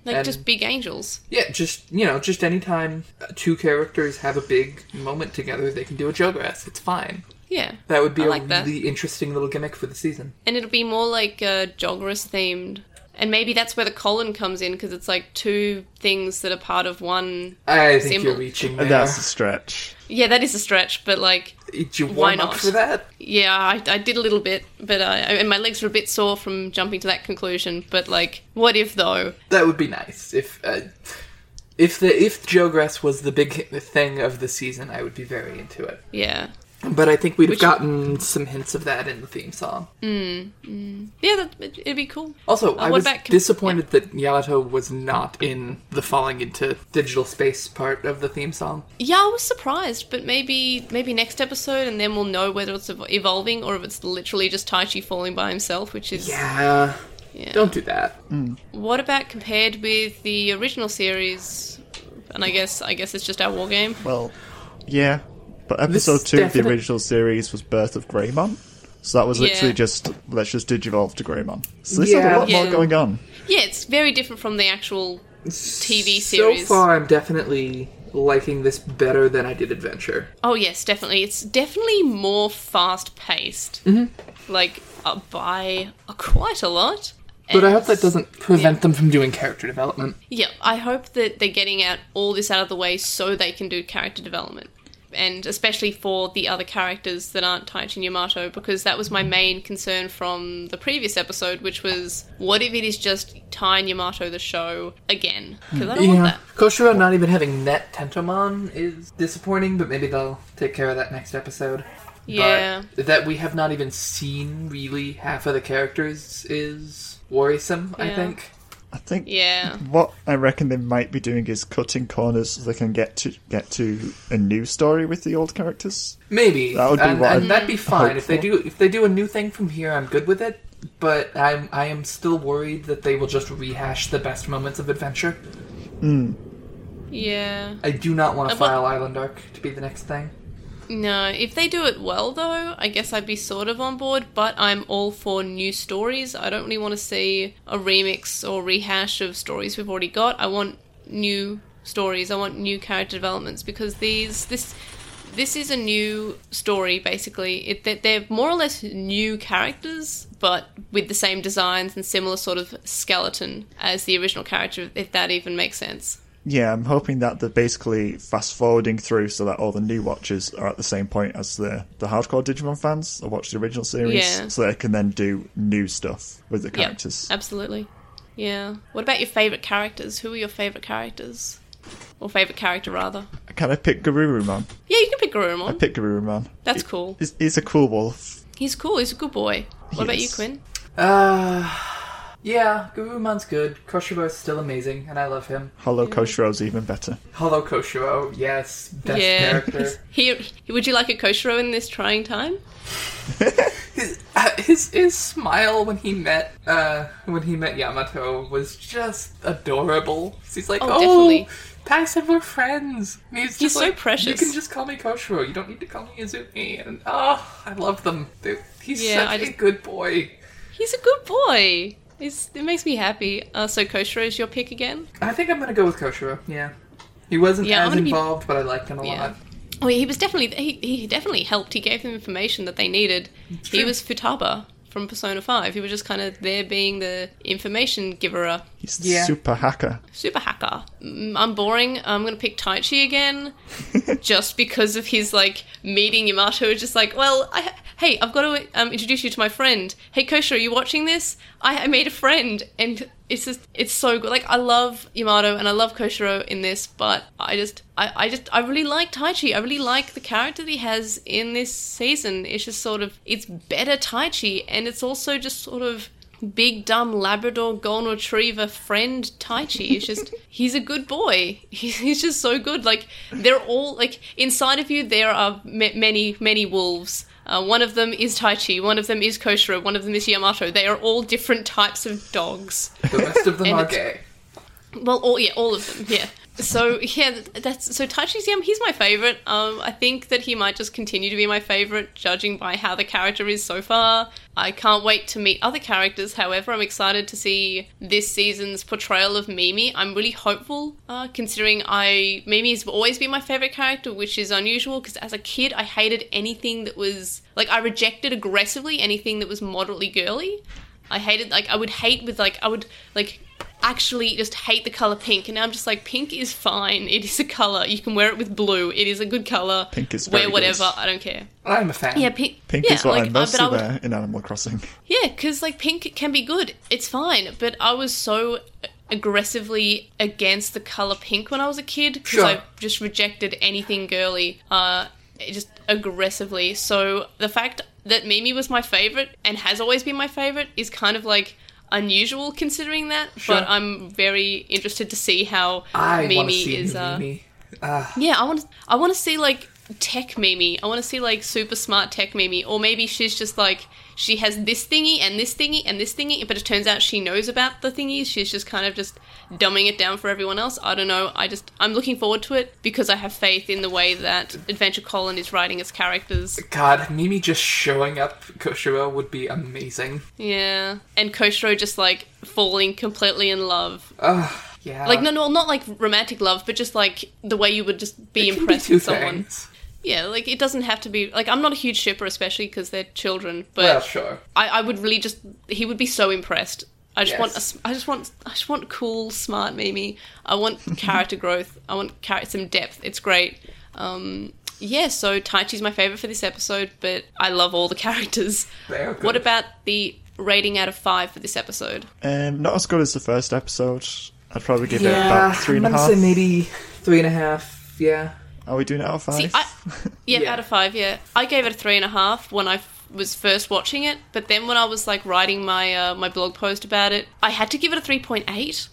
S1: Like,
S3: And-
S1: just big angels.
S3: Yeah, just you know, just anytime uh, two characters have a big moment together, they can do a Jogress. It's fine.
S1: Yeah.
S3: That would be
S1: I
S3: a
S1: like that.
S3: really interesting little gimmick for the season.
S1: And it'll be more like uh, Jogress themed. And maybe that's where the colon comes in because it's like two things that are part of one.
S3: I think
S1: Symbol.
S3: you're reaching there.
S2: That's a stretch.
S1: Yeah, that is a stretch, but like,
S3: Did you
S1: Why
S3: warm up
S1: not?
S3: for that?
S1: yeah, I, I did a little bit, but uh, and my legs were a bit sore from jumping to that conclusion. But like, what if though?
S3: That would be nice. If uh, if the if Jogress was the big thing of the season, I would be very into it.
S1: Yeah,
S3: But I think we'd have
S1: Which-
S3: gotten some hints of that in the theme song.
S1: yeah, that, it- it'd be cool.
S3: Also, I
S1: Uh, what
S3: was
S1: about-
S3: disappointed that Yamato was not in the falling into digital space part of the theme song.
S1: Yeah, I was surprised, but maybe maybe next episode, and then we'll know whether it's ev- evolving or if it's literally just Taichi falling by himself, which is
S3: Yeah.
S1: yeah.
S3: Don't do that.
S1: What about compared with the original series? And I guess I guess it's just our war game.
S2: Well, yeah, but
S3: This
S2: episode two of the
S3: definite-
S2: original series was Birth of Greymon, so that was literally
S1: Yeah.
S2: just let's just digivolve to Greymon. So there's
S3: Yeah.
S2: a lot
S1: Yeah.
S2: more going on.
S1: Yeah, it's very different from the actual TV
S3: So
S1: series.
S3: far, I'm definitely liking this better than I did Adventure.
S1: Oh yes, definitely. It's definitely more fast paced.
S3: Mm-hmm.
S1: Like uh, by uh, quite a lot.
S3: But I hope that doesn't prevent them from doing character development.
S1: Yeah, I hope that they're getting out all this out of the way so they can do character development. And especially for the other characters that aren't Taichi and Yamato, because that was my main concern from the previous episode, which was what if it is just Tai and Yamato the show again? Because I don't want
S3: Yeah.
S1: that.
S3: Koshiro not even having Net Tentomon is disappointing, but maybe they'll take care of that next episode.
S1: Yeah.
S3: But that we have not even seen really half of the characters is worrisome, I
S1: Yeah.
S3: think.
S2: I think
S1: Yeah.
S2: what I reckon they might be doing is cutting corners so they can get to get to a new story with the old characters.
S3: Maybe.
S2: That would be
S3: and,
S2: what
S3: and
S2: I'd
S3: that'd be fine.
S2: hope
S3: If they
S2: for.
S3: do if they do a new thing from here, I'm good with it. But I'm I am still worried that they will just rehash the best moments of adventure.
S1: Yeah.
S3: I do not want to
S1: And what-
S3: file Island Arc to be the next thing.
S1: No, if they do it well, though, I guess I'd be sort of on board, but I'm all for new stories. I don't really want to see a remix or rehash of stories we've already got. I want new stories. I want new character developments because these this this is a new story basically. It that they're more or less new characters, but with the same designs and similar sort of skeleton as the original character, if that even makes sense.
S2: Yeah, I'm hoping that they're basically fast forwarding through so that all the new watchers are at the same point as the, the hardcore Digimon fans that watch the original series,
S1: Yeah.
S2: so they can then do new stuff with the
S1: Yeah,
S2: characters.
S1: absolutely. Yeah. What about your favourite characters? Who are your favourite characters? Or favourite character, rather?
S2: Can I pick Garurumon?
S1: Yeah, you can pick
S2: I
S1: Garurumon.
S2: pick Garurumon.
S1: That's cool.
S2: He's, he's a cool wolf.
S1: He's cool. He's a good boy. What about you,
S2: Yes.
S1: Quinn?
S3: Uh yeah, Gurumon's good. Koshiro's still amazing, and I love him.
S2: Hollow Koshiro's even better.
S3: Hello, Koshiro. Yes, best
S1: yeah.
S3: character.
S1: He, he- would you like a Koshiro in this trying time?
S3: his, uh, his his smile when he met uh when he met Yamato was just adorable. He's like,
S1: Oh,
S3: oh,
S1: definitely.
S3: Ty said we're friends. And he's
S1: He's
S3: just
S1: so
S3: like, You
S1: precious.
S3: can just call me Koshiro. You don't need to call me Izumi. And oh, I love them. They're, he's
S1: Yeah,
S3: such
S1: I
S3: a
S1: just-
S3: good boy.
S1: He's a good boy. It's, it makes me happy. Uh, so Koshiro is your pick again?
S3: I think I'm gonna go with Koshiro. Yeah, he wasn't
S1: Yeah, I'm
S3: as
S1: gonna be-
S3: involved, but I liked him a
S1: Yeah.
S3: lot.
S1: Oh, he was definitely he, he definitely helped. He gave them information that they needed. He
S3: true.
S1: was Futaba from Persona Five. He was just kind of there being the information uh, giverer.
S2: He's the
S3: Yeah.
S2: super hacker.
S1: Super hacker. Mm, I'm boring. I'm gonna pick Taichi again, just because of his like meeting Yamato. It's Just like, well, I, hey, I've got to um, introduce you to my friend. Hey, Kosho, are you watching this? I, I made a friend, and it's just it's so good. Like I love Yamato and I love Koshiro in this, but I just I, I just I really like Taichi. I really like the character that he has in this season. It's just sort of it's better Taichi, and it's also just sort of big dumb Labrador golden retriever friend Taichi. It's just he's a good boy. He- He's just so good. Like they're all like inside of you. There are ma- many many wolves. Uh, one of them is Taichi. One of them is Koshiro. One of them is Yamato. They are all different types of dogs.
S3: The rest of them
S1: And
S3: are
S1: it's-
S3: gay.
S1: Well, all yeah, all of them. Yeah. So yeah, th- that's so Taichisium. He's my favorite. Um, I think that he might just continue to be my favorite, judging by how the character is so far. I can't wait to meet other characters. However, I'm excited to see this season's portrayal of Mimi. I'm really hopeful, uh, considering I Mimi has always been my favorite character, which is unusual because as a kid I hated anything that was like I rejected aggressively anything that was moderately girly. I hated like I would hate with like I would like actually just hate the color pink and now I'm just like pink is fine. It is a color. You can wear it with blue. It is a good color.
S2: Pink is very
S1: wear
S2: good.
S1: whatever. I don't care.
S3: I'm a fan.
S1: Yeah, pink.
S2: Pink
S1: yeah,
S2: is what
S1: like,
S2: I
S1: uh,
S2: mostly
S1: but I would-
S2: wear in Animal Crossing.
S1: yeah, because like pink can be good. It's fine. But I was so aggressively against the color pink when I was a kid because
S3: Sure.
S1: I just rejected anything girly. Uh, it just aggressively. So the fact that Mimi was my favorite and has always been my favorite is kind of like unusual considering that.
S3: Sure.
S1: But I'm very interested to see how
S3: I want to
S1: Mimi
S3: see
S1: is.
S3: new
S1: uh,
S3: Mimi.
S1: yeah, I want I want to see like tech Mimi. I want to see like super smart tech Mimi, or maybe she's just like she has this thingy and this thingy and this thingy, but it turns out she knows about the thingies. She's just kind of just dumbing it down for everyone else. I don't know. I just I'm looking forward to it because I have faith in the way that Adventure Colin is writing its characters.
S3: God, Mimi just showing up Koshiro would be amazing.
S1: Yeah, and Koshiro just like falling completely in love.
S3: Ugh, yeah.
S1: Like no, no, not like romantic love, but just like the way you would just be
S3: It can
S1: impressed
S3: two
S1: with someone.
S3: things.
S1: Yeah, like it doesn't have to be like I'm not a huge shipper, especially because they're children. But
S3: Well, sure.
S1: I, I would really just he would be so impressed. I just want a
S3: Yes.
S1: s I just want I just want cool, smart Mimi. I want character growth. I want char- some depth. It's great. Um, yeah, so Taichi's my favorite for this episode, but I love all the characters.
S3: They are good.
S1: What about the rating out of five for this episode?
S2: Um, not as good as the first episode. I'd probably give it
S3: Yeah,
S2: about three and a
S3: I'm
S2: half.
S3: gonna say maybe three and a half. Yeah.
S2: Are we doing it out of five?
S1: See, I, yeah,
S3: Yeah.
S1: out of five, yeah. I gave it a three and a half when I f- was first watching it, but then when I was like writing my uh, my blog post about it, I had to give it a three point eight.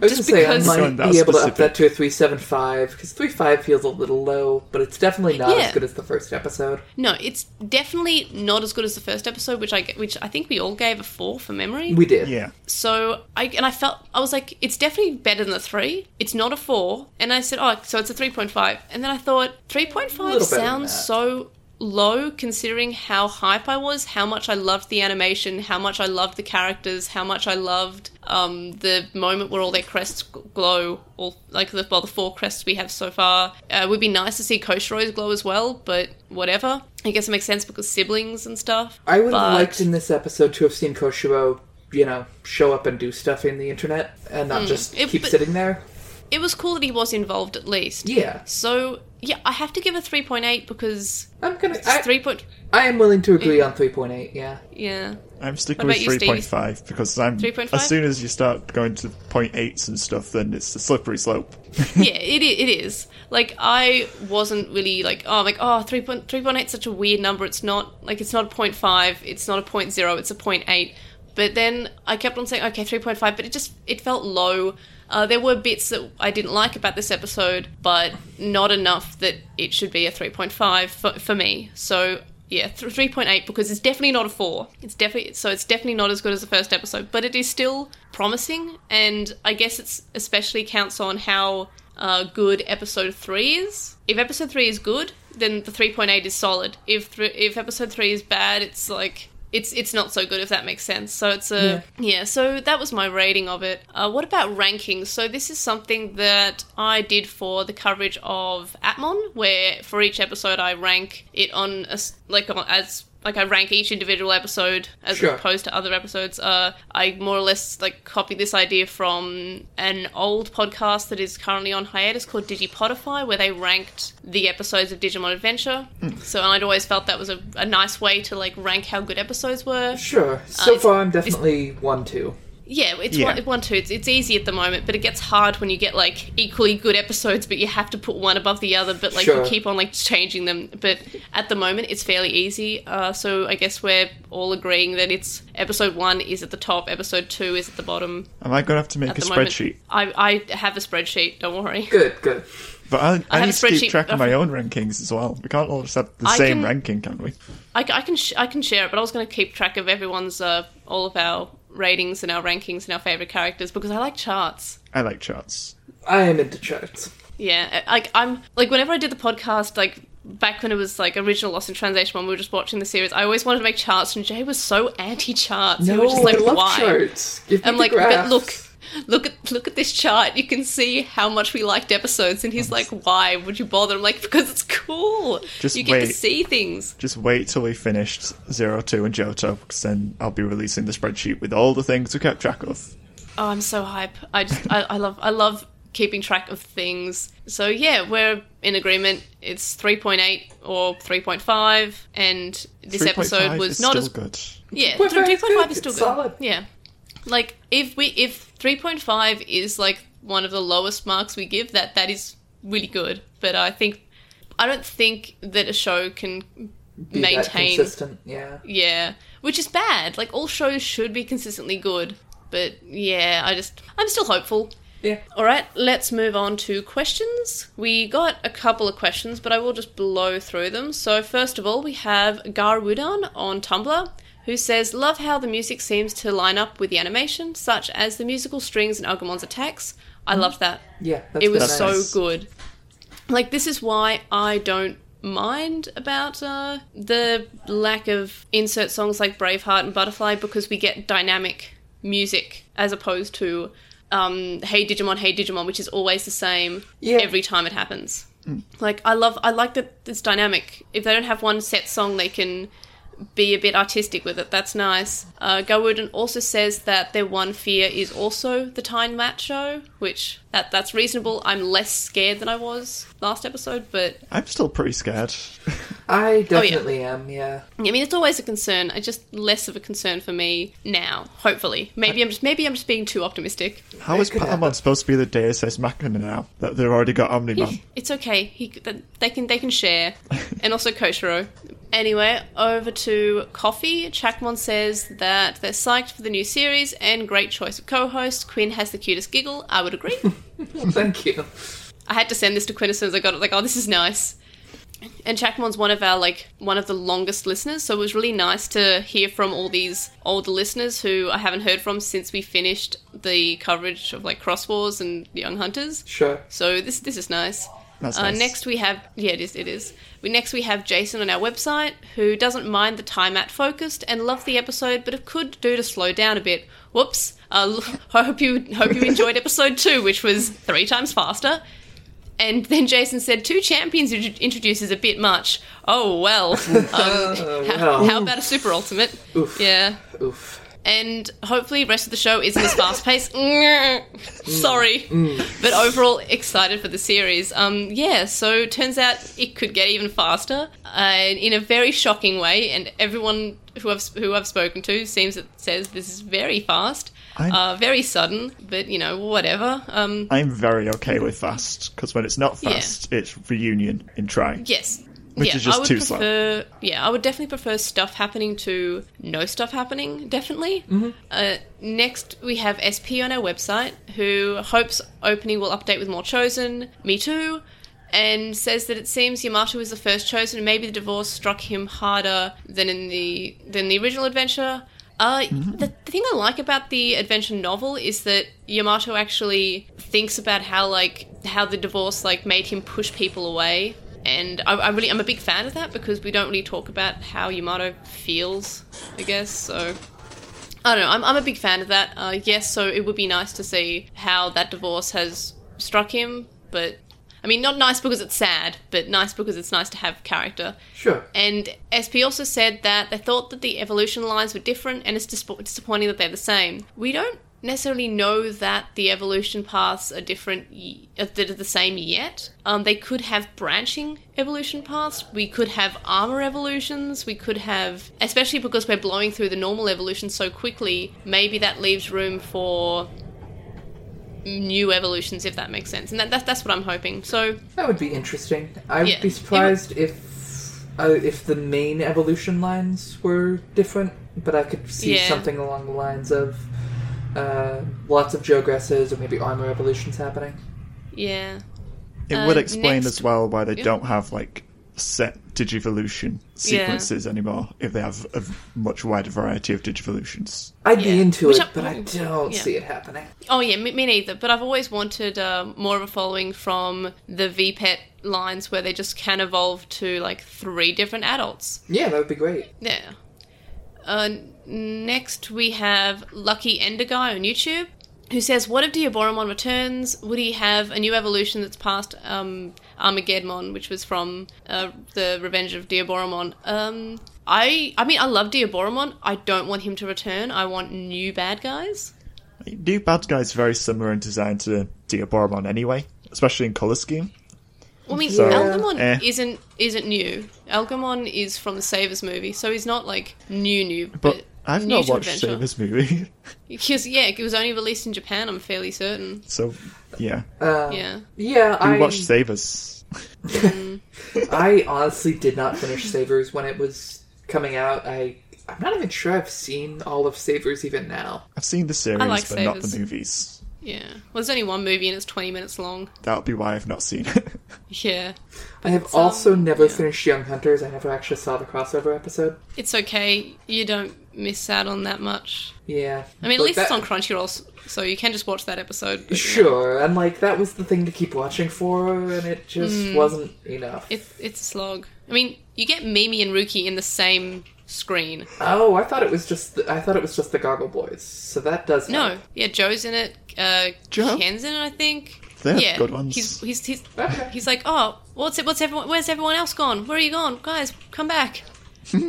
S3: I was
S1: Just
S3: just gonna
S1: because-
S3: say I
S2: Going
S3: might
S2: that
S3: be able to up
S2: specific.
S3: that to a three seven five because three five feels a little low, but it's definitely not
S1: Yeah.
S3: as good as the first episode.
S1: No, it's definitely not as good as the first episode, which I g- which I think we all gave a four for memory.
S3: We did.
S2: yeah.
S1: So I and I felt I was like, it's definitely better than the three. It's not a four, and I said, oh, so it's a three point five. And then I thought three point
S3: better
S1: five
S3: than
S1: sounds
S3: that.
S1: so low considering how hype I was, how much I loved the animation, how much I loved the characters, how much I loved um, the moment where all their crests g- glow, all like the well the four crests we have so far. Uh, it would be nice to see Koshiro's glow as well, but whatever. I guess it makes sense because siblings and stuff.
S3: I would have
S1: But-
S3: liked in this episode to have seen Koshiro, you know, show up and do stuff in the internet and
S1: Hmm.
S3: not just
S1: It-
S3: keep
S1: but-
S3: sitting there.
S1: it was cool that he was involved at least.
S3: Yeah.
S1: So yeah, I have to give a three point eight because
S3: I'm gonna.
S1: it's
S3: I,
S1: three point
S3: I am willing to agree on three point eight. Yeah.
S1: yeah.
S2: I'm sticking
S1: What
S2: with
S1: about you, Steve?
S2: 3.5 because I'm
S1: 3.5?
S2: as soon as you start going to 0.8s and stuff, then it's a slippery slope.
S1: yeah, it i- it is. Like I wasn't really like oh I'm like oh three point three point eight such a weird number. It's not like it's not a point five. It's not a point zero. It's a point eight. But then I kept on saying okay three point five. But it just it felt low. Uh, there were bits that I didn't like about this episode, but not enough that it should be a three point five for, for me. So yeah, th- three point eight because it's definitely not a four. It's definitely so it's definitely not as good as the first episode, but it is still promising. And I guess it's especially counts on how uh, good episode three is. If episode three is good, then the three point eight is solid. If th- if episode three is bad, it's like it's it's not so good if that makes sense. So it's a yeah. so that was my rating of it. Uh, what about rankings? So this is something that I did for the coverage of Atmon, where for each episode I rank it on a s like on, as like I rank each individual episode as
S3: Sure.
S1: opposed to other episodes. Uh, I more or less like copied this idea from an old podcast that is currently on hiatus called Digipodify, where they ranked the episodes of Digimon Adventure. So and I'd always felt that was a, a nice way to like rank how good episodes were.
S3: Sure. So
S1: Uh, it's-
S3: far, I'm definitely one two.
S1: Yeah, it's
S2: Yeah.
S1: One, one two. It's it's easy at the moment, but it gets hard when you get like equally good episodes, but you have to put one above the other. But like
S3: Sure.
S1: you keep on like changing them. But at the moment, it's fairly easy. Uh, so I guess we're all agreeing that it's episode one is at the top, episode two is at the bottom.
S2: Am I going to have to make
S1: At
S2: a
S1: the
S2: spreadsheet?
S1: moment, I I have a spreadsheet. Don't worry.
S3: Good. Good.
S2: But I, I,
S1: have
S2: need
S1: a
S2: to
S1: spreadsheet
S2: keep track of my
S1: of-
S2: own rankings as well. We can't all just have the
S1: I
S2: same
S1: can-
S2: ranking, can we?
S1: I, I can sh- I can share it, but I was going to keep track of everyone's uh, all of our ratings and our rankings and our favorite characters because I like charts.
S2: I like charts.
S3: I am into charts.
S1: Yeah, like I'm like whenever I did the podcast, like back when it was like original Lost in Translation when we were just watching the series, I always wanted to make charts, and Jay was so anti-charts. we were just like,
S3: I love
S1: why?
S3: charts. Give me
S1: I'm
S3: the
S1: like, but
S3: graphs.
S1: look, look at look at this chart. You can see how much we liked episodes, and he's like, why would you bother? I'm like, because it's cool.
S2: Just
S1: you get to
S2: wait.
S1: see things.
S2: Just wait till we finished Zero Two and Johto, because then I'll be releasing the spreadsheet with all the things we kept track of.
S1: Oh, I'm so hype. I just I, I love I love keeping track of things. So yeah, we're in agreement. It's 3.8 or 3.5, and this
S2: 3.5
S1: episode was
S2: is
S1: not
S2: still
S1: as
S2: good.
S1: Yeah,
S3: 3.5
S1: three
S3: is
S1: point five
S3: good.
S1: is still
S3: It's
S1: good.
S3: solid.
S1: Yeah, like if we if three point five is like one of the lowest marks we give, that that is really good. But I think I don't think that a show can
S3: Be that
S1: maintain.
S3: consistent. Yeah.
S1: Yeah, which is bad. Like all shows should be consistently good. But yeah, I just I'm still hopeful.
S3: Yeah.
S1: All right, let's move on to questions. We got a couple of questions, but I will just blow through them. So, first of all, we have Garwudan on Tumblr who says, Love how the music seems to line up with the animation, such as the musical strings and Agumon's attacks. I loved that.
S3: Yeah. That's
S1: It was
S3: been
S1: so
S3: nice.
S2: nice.
S1: good. Like, this is why I don't mind about uh, the lack of insert songs like Braveheart and Butterfly because we get dynamic music as opposed to um, Hey Digimon, Hey Digimon, which is always the same
S3: Yeah. Mm.
S1: every time it happens. Like, I love, I like that it's dynamic. If they don't have one set song, they can be a bit artistic with it. That's nice. Uh, Garwoodin also says that their one fear is also the Time Mat show, which that that's reasonable. I'm less scared than I was last episode, but
S2: I'm still pretty scared.
S1: Oh,
S3: I definitely am. Yeah.
S1: I mean it's always a concern. It's just less of a concern for me now. Hopefully, maybe I'm just maybe I'm just being too optimistic.
S2: How is
S3: could
S2: Patamon
S3: happen.
S2: supposed to be the Deus Ex Machina now that they've already got Omnimon?
S1: It's okay. He that- they can they can share, and also Koshiro. Anyway, over to coffee. Chakmon says that they're psyched for the new series and great choice of co-host. Quinn has the cutest giggle. I would agree.
S3: Thank you.
S1: I had to send this to Quinn as soon as I got it. Like, oh, this is nice. And Chakmon's one of our like one of the longest listeners, so it was really nice to hear from all these older listeners who I haven't heard from since we finished the coverage of like Cross Wars and Young Hunters.
S3: Sure.
S1: So this this is nice.
S2: That's
S1: uh,
S2: nice.
S1: Next we have yeah it is it is. We next we have Jason on our website who doesn't mind the time at focused and loved the episode, but it could do to slow down a bit. Whoops. Uh, l- I hope you hope you enjoyed episode two, which was three times faster. And then Jason said, two champions you introduce is a bit much. Oh, well. Um, how,
S3: Oh, well.
S1: how about a super ultimate?
S3: Oof.
S1: Yeah.
S3: Oof.
S1: And hopefully, rest of the show isn't as fast paced. Sorry. But overall, excited for the series. Um, yeah, so turns out it could get even faster uh, in a very shocking way. And everyone who I've, who I've spoken to seems that says this is very fast,
S2: I'm-
S1: uh, very sudden, but you know, whatever. Um,
S2: I'm very okay with fast because when it's not fast, it's reunion in trying.
S1: Yes.
S2: Which
S1: yeah,
S2: is just
S1: I would
S2: too slow.
S1: prefer, Yeah, I would definitely prefer stuff happening to no stuff happening, definitely. Uh, next, we have SP on our website, who hopes opening will update with more Chosen, me too, and says that it seems Yamato is the first Chosen, and maybe the divorce struck him harder than in the than the original adventure. Uh, the, the thing I like about the adventure novel is that Yamato actually thinks about how like how the divorce like made him push people away, and I, I really I'm a big fan of that because we don't really talk about how Yamato feels, I guess. So I don't know. I'm I'm a big fan of that. Uh, yes, so it would be nice to see how that divorce has struck him, but I mean not nice because it's sad, but nice because it's nice to have character.
S3: Sure.
S1: And SP also said that they thought that the evolution lines were different and it's disp- disappointing that they're the same. We don't necessarily know that the evolution paths are different y- uh, that are the same yet. Um, they could have branching evolution paths. We could have armor evolutions. We could have, especially because we're blowing through the normal evolution so quickly, maybe that leaves room for new evolutions if that makes sense. And that, that that's what I'm hoping. So
S3: That would be interesting. I would
S1: Yeah.
S3: be surprised if uh, if the main evolution lines were different, but I could see
S1: Yeah.
S3: something along the lines of uh, lots of geogresses or maybe armor evolutions happening.
S1: yeah.
S2: It
S1: Uh,
S2: would explain
S1: next-
S2: as well why they
S1: Yeah.
S2: don't have like set Digivolution sequences anymore if they have a much wider variety of Digivolutions.
S3: I'd
S1: Yeah.
S3: be into
S1: Which
S3: it,
S1: I-
S3: but I don't
S1: yeah.
S3: see it happening.
S1: Oh yeah, me, me neither. But I've always wanted uh, more of a following from the VPET lines where they just can evolve to like three different adults.
S3: Yeah, that would be great.
S1: Yeah. Uh, next we have Lucky Ender Guy on YouTube, who says, "What if Diaboromon returns? Would he have a new evolution that's past um, Armageddon, which was from uh, the Revenge of Diaboromon?" Um, I, I mean, I love Diaboromon. I don't want him to return. I want new bad guys.
S2: New Bad Guy's very similar in design to Diaboromon anyway, especially in colour scheme.
S1: Well, I mean,
S2: So,
S1: Algamon
S2: eh.
S1: isn't isn't new. Algamon is from the Savers movie, so he's not like new new.
S2: But
S1: But
S2: I've
S1: new
S2: not
S1: to
S2: watched
S1: adventure.
S2: Samus movie,
S1: Because yeah, it was only released in Japan. I'm fairly certain.
S2: so yeah.
S3: Uh, yeah,
S1: Yeah.
S2: We
S3: I
S2: watched Savers.
S3: I honestly did not finish Savers when it was coming out. I I'm not even sure I've seen all of Savers even now.
S2: I've seen the series,
S1: like
S2: but not the
S1: Savers.
S2: movies.
S1: Yeah. Well, there's only one movie and it's 20 minutes long.
S2: That'll be why I've not seen it.
S1: Yeah.
S3: I have
S1: um,
S3: also never
S1: yeah.
S3: finished Young Hunters. I never actually saw the crossover episode.
S1: It's okay. You don't miss out on that much.
S3: Yeah,
S1: I mean, at
S3: Like
S1: least
S3: that-
S1: it's on Crunchyroll, s- so you can just watch that episode. but, you know,
S3: Sure, and like that was the thing to keep watching for, and it just
S1: Hmm.
S3: wasn't enough.
S1: It, it's a slog. I mean, you get Mimi and Ruki in the same screen.
S3: Oh, I thought it was just the, I thought it was just the Goggle Boys. So that does
S1: No.
S3: help.
S1: Yeah, Joe's in it. Uh,
S2: Joe?
S1: Ken's in it, I think.
S2: They're
S1: yeah,
S2: good ones.
S1: He's he's he's,
S3: Okay.
S1: he's like, oh, what's it? What's everyone? Where's everyone else gone? Where are you gone, guys? Come back.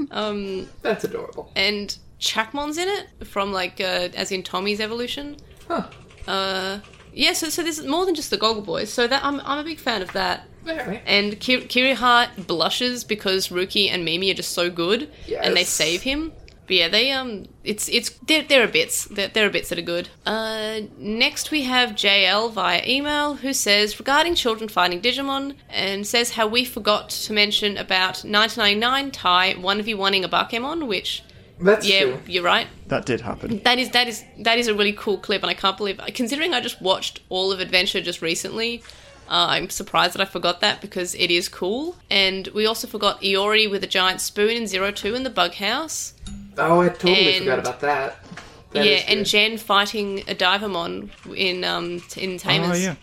S1: um,
S3: That's adorable.
S1: and Chakmon's in it from like uh, as in Tommy's evolution.
S3: Huh.
S1: Uh, yeah, so, so this is more than just the Goggle Boys. So that I'm, I'm a big fan of that.
S3: Alright.
S1: And Ki- Kiriha blushes because Ruki and Mimi are just so good, and they
S3: Yes.
S1: save him. But yeah, they um, it's it's there. There are bits. There, there are bits that are good. Uh, next we have JL via email who says regarding children fighting Digimon and says how we forgot to mention about 1999 Tai one v oneing a Bakemon, which
S3: That's
S1: yeah,
S3: true.
S1: you're right.
S2: that did happen.
S1: That is that is that is a really cool clip, and I can't believe considering I just watched all of Adventure just recently. Uh, I'm surprised that I forgot that because it is cool. And we also forgot Iori with a giant spoon in Zero Two in the Bug House.
S3: Oh, I totally
S1: And-
S3: forgot about that. That
S1: yeah,
S3: is
S1: and
S3: good.
S1: Jen fighting a Divermon in um t- in Tamers.
S2: Oh yeah.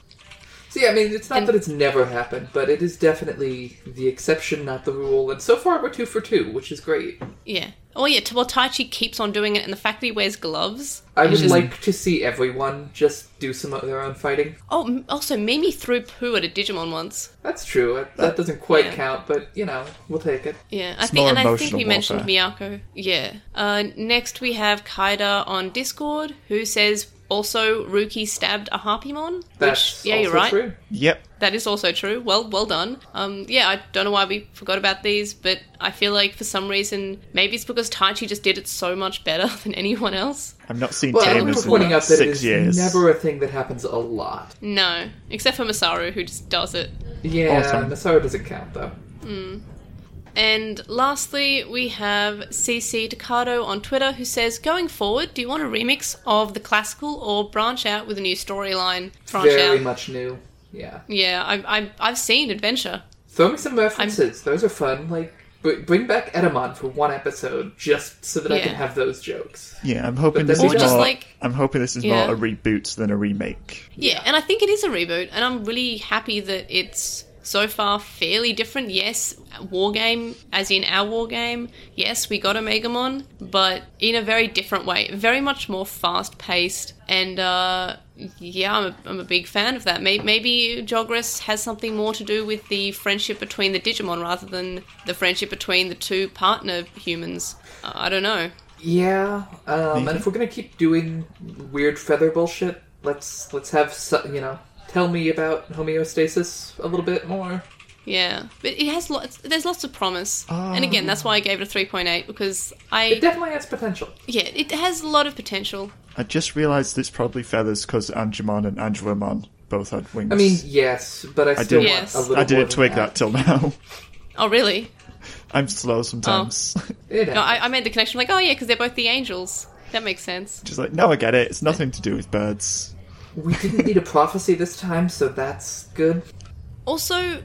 S3: So yeah, I mean, it's not
S1: and-
S3: that it's never happened, but it is definitely the exception, not the rule. And so far, we're two for two, which is great.
S1: Yeah. Oh yeah. t- Well, Taichi keeps on doing it, and the fact that he wears gloves.
S3: I would
S1: just-
S3: like to see everyone just do some of their own fighting.
S1: Oh, m- also Mimi threw poo at a Digimon once.
S3: That's true. That, that doesn't quite
S1: Yeah.
S3: count, but you know, we'll take it.
S1: Yeah, I
S2: It's
S1: think,
S2: more
S1: and I think
S2: emotional
S1: we mentioned Miyako. Yeah. Uh, next, we have Kaida on Discord, who says also Ruki stabbed a Harpymon.
S3: That's
S1: which, yeah, you're
S3: also
S1: right.
S3: True.
S2: Yep.
S1: That is also true. Well, well done. Um, yeah, I don't know why we forgot about these, but I feel like for some reason, maybe it's because Taichi just did it so much better than anyone else.
S2: I've not seen
S3: Well,
S2: Tamers
S3: I'm
S2: in
S3: just pointing
S2: about
S3: out that it
S2: six
S3: is
S2: years.
S3: never a thing that happens a lot.
S1: No, except for Masaru, who just does it.
S3: Yeah,
S2: Awesome.
S3: Masaru doesn't count though.
S1: And lastly, we have CC Ducato on Twitter who says, Going forward, do you want a remix of the classical or branch out with a new storyline? Branch
S3: Very
S1: out.
S3: much new. Yeah.
S1: Yeah, I, I, I've seen Adventure.
S3: Throw me some references. Those are fun. Like, br- bring back Edamon for one episode just so that I can
S1: Yeah.
S3: have those jokes.
S2: Yeah, I'm hoping
S3: But
S2: this
S3: then
S2: is
S3: we
S2: more.
S3: just,
S1: like-
S2: I'm hoping this is
S1: Yeah.
S2: more a reboot than a remake.
S1: Yeah. and I think it is a reboot, and I'm really happy that it's so far fairly different. Yes, war game, as in our war game. Yes, we got Omegamon, but in a very different way, very much more fast paced. And uh, yeah, I'm a, I'm a big fan of that. Maybe, maybe Jogress has something more to do with the friendship between the Digimon rather than the friendship between the two partner humans. Uh, I don't know.
S3: Yeah. Um, and if we're gonna keep doing weird feather bullshit, let's let's have so, you know tell me about homeostasis a little bit more.
S1: Yeah, but it has lots. There's lots of promise, and again, that's why I gave it a three point eight because I
S3: It definitely has potential.
S1: yeah, it has a lot of potential.
S2: I just realised it's probably feathers because Angemon and Angelamon both had wings.
S3: I mean, yes, but I still
S2: did-
S3: want
S1: Yes.
S3: a little.
S2: I
S3: more
S2: didn't
S3: than
S2: twig that till now.
S1: Oh, really?
S2: I'm slow sometimes.
S3: It
S1: No, I, I made the connection. Like, oh yeah, because they're both the angels. That makes sense.
S2: Just like, no, I get it. It's nothing to do with birds.
S3: We didn't need a prophecy this time, so that's good.
S1: Also,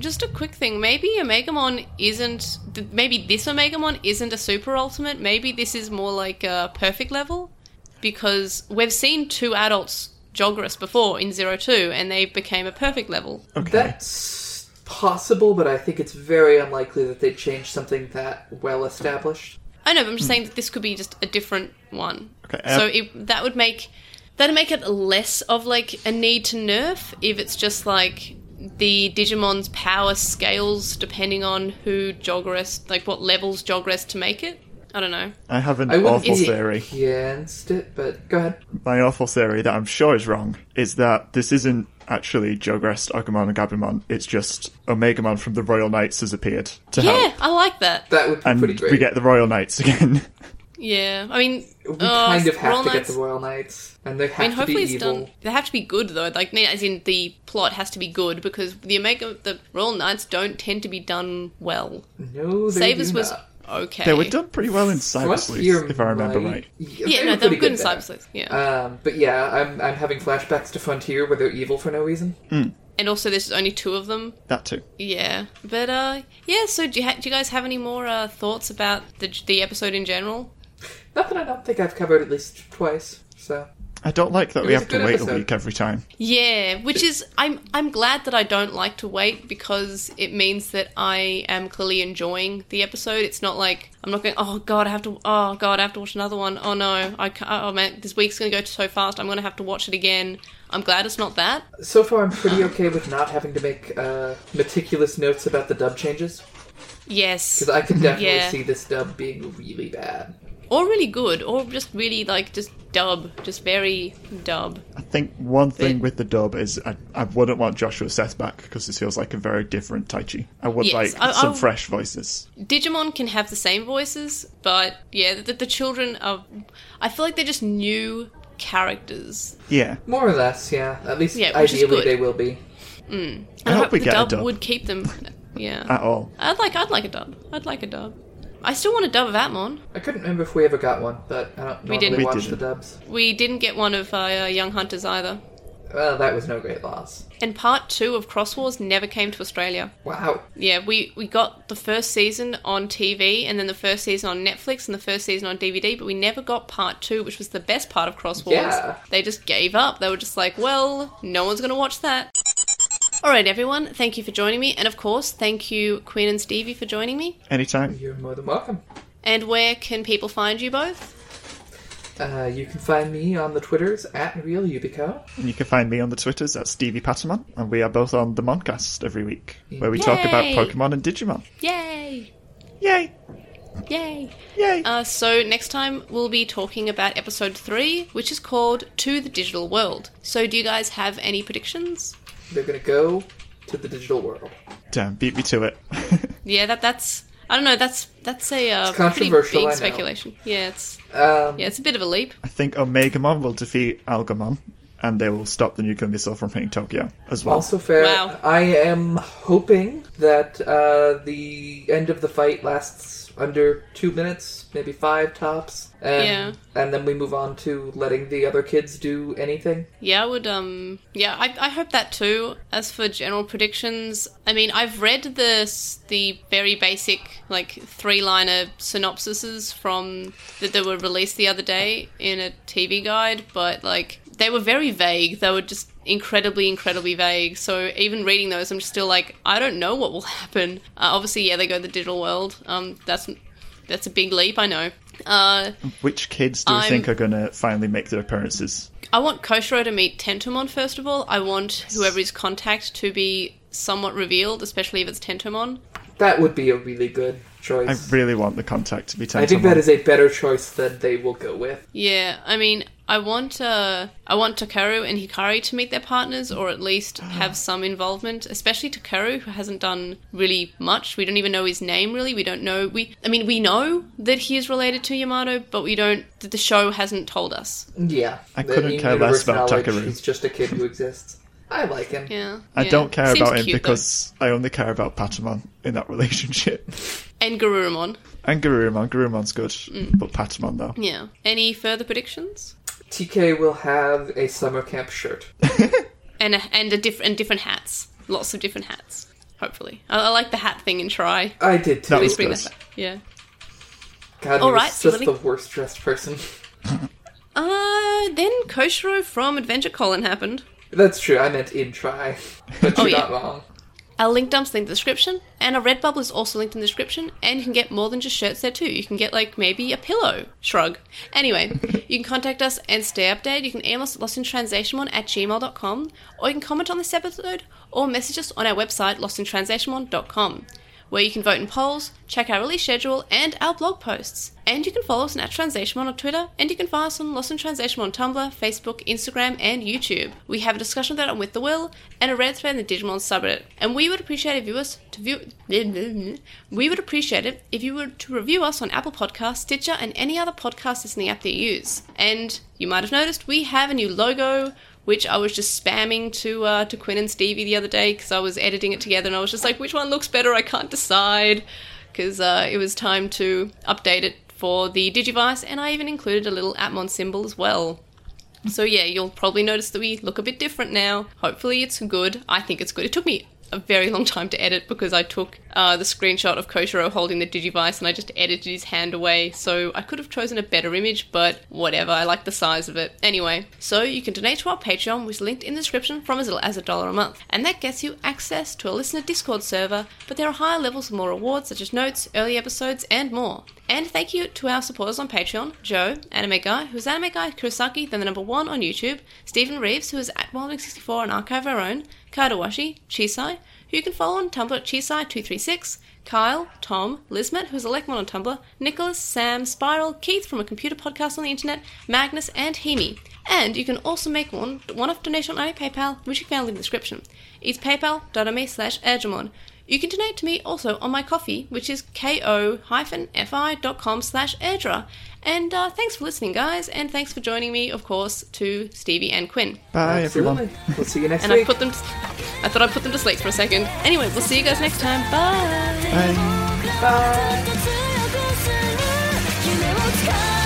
S1: Just a quick thing. Maybe Omegamon isn't. th- Maybe this Omegamon isn't a super ultimate. Maybe this is more like a perfect level, because we've seen two adults Jogress before in Zero Two, and they became a perfect level.
S2: Okay.
S3: That's possible, but I think it's very unlikely that they'd change something that well established.
S1: I know, but I'm just saying that this could be just a different one.
S2: Hmm. Okay,
S1: so
S2: uh,
S1: it, that would make that'd make it less of like a need to nerf if it's just like the Digimon's power scales depending on who Jogress, like what levels Jogress to make it. I don't know.
S2: I have an
S3: I wouldn't
S2: awful
S3: be
S2: theory.
S3: against it, but go ahead.
S2: My awful theory that I'm sure is wrong is that this isn't actually Jogrest, Agumon, and Gabumon. It's just Omegamon from the Royal Knights has appeared to
S1: Yeah,
S2: help.
S1: I like that.
S3: That would be pretty
S2: And
S3: great.
S2: we get the Royal Knights again.
S1: Yeah, I mean,
S3: We
S1: oh,
S3: kind of have
S1: Royal
S3: to
S1: Knights-
S3: get the Royal Knights, and they have
S1: I mean,
S3: to be
S1: hopefully it's
S3: evil.
S1: done. They have to be good though. Like, no, as in the plot has to be good because the Omega, the Royal Knights don't tend to be done well.
S3: No, they
S1: Savers
S3: do
S1: was
S3: not.
S1: okay.
S2: they were done pretty well in Cyber
S3: Unless you're
S2: Sleuth, if I remember right.
S3: Yeah,
S1: Yeah, no,
S3: they were
S1: they were
S3: pretty
S1: good Uh, in
S3: there.
S1: Cyber Sleuth. Yeah.
S3: Um, but yeah, I'm I'm having flashbacks to Frontier where they're evil for no reason.
S1: and also, there's only two of them.
S2: That too.
S1: Yeah. But uh, yeah. So do you, ha- do you guys have any more uh, thoughts about the the episode in general?
S3: Not that I don't think I've covered at least twice. So
S2: I don't like that we
S3: was
S2: have
S3: a
S2: to
S3: good
S2: wait a
S3: episode.
S2: week every time.
S1: Yeah, which is I'm I'm glad that I don't like to wait because it means that I am clearly enjoying the episode. It's not like I'm not going. Oh god, I have to. Oh god, I have to watch another one. Oh no, I can't, oh man, this week's going to go so fast. I'm going to have to watch it again. I'm glad it's not that.
S3: so far, I'm pretty okay with not having to make uh, meticulous notes about the dub changes
S1: Yes,
S3: because I could definitely
S1: Mm-hmm. Yeah.
S3: see this dub being really bad.
S1: or really good, or just really like just dub, just very dub.
S2: I think one thing
S1: It-
S2: with the dub is I, I wouldn't want Joshua Seth back because this feels like a very different Taichi. I would
S1: Yes,
S2: like
S1: I-
S2: some
S1: I'll-
S2: fresh voices.
S1: Digimon can have the same voices, but yeah, the, the children are. I feel like they're just new characters.
S2: Yeah.
S3: More or less, yeah. At least
S1: Yeah, which is
S3: ideally
S1: good.
S3: they will be.
S2: I hope we
S1: the
S2: get a
S1: dub,
S2: dub. Uh,
S1: would keep them. Yeah,
S2: At all.
S1: I'd like I'd like a dub. I'd like a dub. I still want a dub of Atmon.
S3: I couldn't remember if we ever got one, but I don't normally
S1: didn't. We
S3: watch the
S2: didn't.
S3: dubs.
S1: We didn't get one of uh, Young Hunters either.
S3: Well, Uh, that was no great loss.
S1: And part two of Cross Wars never came to Australia.
S3: Wow.
S1: Yeah, we, we got the first season on TV and then the first season on Netflix and the first season on DVD, but we never got part two, which was the best part of Cross Wars.
S3: Yeah.
S1: They just gave up. They were just like, well, no one's going to watch that. All right, everyone, thank you for joining me. And of course, thank you, Quinn and Stevie, for joining me.
S2: Anytime.
S3: You're more than welcome.
S1: And where can people find you both?
S3: Uh, you can find me on the Twitters at Real Ubico.
S2: And you can find me on the Twitters at Stevie Patamon, and we are both on the Moncast every week, where we talk about
S1: Yay!
S2: Pokemon and Digimon.
S1: Yay!
S2: Yay!
S1: Yay!
S2: Yay!
S1: Uh, so next time we'll be talking about episode three, which is called To the Digital World. So do you guys have any predictions?
S3: They're gonna go to the digital world.
S2: Damn, beat me to it.
S1: Yeah, that that's I don't know. That's that's a uh, pretty
S3: controversial, I
S1: big
S3: know.
S1: speculation. Yeah, it's
S3: Um,
S1: yeah, it's a bit of a leap.
S2: I think Omegamon will defeat Algamon, and they will stop the nuclear missile from hitting Tokyo as well.
S3: Also fair.
S1: Wow.
S3: I am hoping that uh, the end of the fight lasts under two minutes, maybe five tops, and and then we move on to letting the other kids do anything.
S1: Yeah, I would. Um, yeah, I, I hope that too. As for general predictions, I mean, I've read the s- the very basic like three liner synopsises from that they were released the other day in a TV guide, but like they were very vague. They were just incredibly, incredibly vague. So even reading those, I'm still like, I don't know what will happen. Uh, obviously, yeah, they go to the digital world. Um, that's that's a big leap, I know. Uh,
S2: Which kids do you
S1: I'm-
S2: think are going to finally make their appearances?
S1: I want Koshiro to meet Tentomon first of all. I want whoever is contact to be somewhat revealed, especially if it's Tentomon.
S3: That would be a really good choice.
S2: I really want the contact to be Tentomon.
S3: I think that is a better choice than they will go with.
S1: Yeah, I mean, I want uh, I want Takeru and Hikari to meet their partners, or at least
S2: Ah.
S1: have some involvement. Especially Takeru, who hasn't done really much. We don't even know his name really. We don't know. We, I mean, we know that he is related to Yamato, but we don't. that The show hasn't told us.
S3: Yeah. I
S2: couldn't care less about Tuckaroo.
S3: He's just a kid who exists. I like him.
S1: Yeah,
S2: I
S1: yeah.
S2: don't care
S1: Seems
S2: about him
S1: cute, though.
S2: because I only care about Patamon in that relationship.
S1: and Garurumon.
S2: and Garurumon. Garurumon's good,
S1: Mm.
S2: but Patamon though.
S1: Yeah. Any further predictions?
S3: TK will have a summer camp shirt.
S1: and a, and a different and different hats. Lots of different hats. Hopefully, I, I like the hat thing in try.
S3: I did too.
S2: That was
S1: Please bring
S2: good.
S1: that back. Yeah.
S3: God, he
S1: All
S3: was
S1: right, so
S3: just
S1: let me-
S3: the worst dressed person.
S1: Uh, then Koshiro from Adventure Colin happened.
S3: That's true. I meant in try, but
S1: Oh,
S3: you're
S1: yeah.
S3: not wrong.
S1: Our link dump's linked in the description, and our Redbubble is also linked in the description, and you can get more than just shirts there too. You can get, like, maybe a pillow. Shrug. Anyway, you can contact us and stay updated. You can email us at lostintranslationone at gmail.com, or you can comment on this episode, or message us on our website, lostintranslationone.com, where you can vote in polls, check our release schedule, and our blog posts. And you can follow us on at Translationmon on Twitter, and you can find us on Lost in Translation on Tumblr, Facebook, Instagram, and YouTube. We have a discussion about it on With the Will and a red thread in the Digimon subreddit. And we would appreciate if viewers to view we would appreciate it if you were to review us on Apple Podcasts, Stitcher, and any other podcast listening app that you use. And you might have noticed we have a new logo. Which I was just spamming to uh, to Quinn and Stevie the other day because I was editing it together and I was just like, which one looks better? I can't decide because uh, it was time to update it for the Digivice, and I even included a little Atmon symbol as well. So yeah, you'll probably notice that we look a bit different now. Hopefully, it's good. I think it's good. It took me a very long time to edit because I took uh, the screenshot of Koshiro holding the Digivice and I just edited his hand away. So I could have chosen a better image, but whatever. I like the size of it anyway. So you can donate to our Patreon, which is linked in the description, from as little as a dollar a month, and that gets you access to a listener Discord server. But there are higher levels of more rewards, such as notes, early episodes, and more. And thank you to our supporters on Patreon, Joe, Anime Guy, who's Anime Guy Kurosaki, then the number one on YouTube, Stephen Reeves, who is at Wilding64 and Archive Our Own, Kaidawashi, Chisai, who you can follow on Tumblr at Chisai236, Kyle, Tom, Lizmet, who's a Lekmon on Tumblr, Nicholas, Sam, Spiral, Keith from a computer podcast on the internet, Magnus, and Hemi. And you can also make one one-off donation on our PayPal, which you can find in the description. It's paypal.me slash ergemon. You can donate to me also on my coffee, which is ko-fi.com slash Erdra. And uh, thanks for listening, guys, and thanks for joining me, of course, to Stevie and Quinn.
S2: Bye, everyone.
S3: Absolutely. We'll see you next
S1: And I
S3: week.
S1: put them. I thought I put them to sleep for a second. Anyway, we'll see you guys next time. Bye.
S2: Bye.
S4: 強くする夢を掴む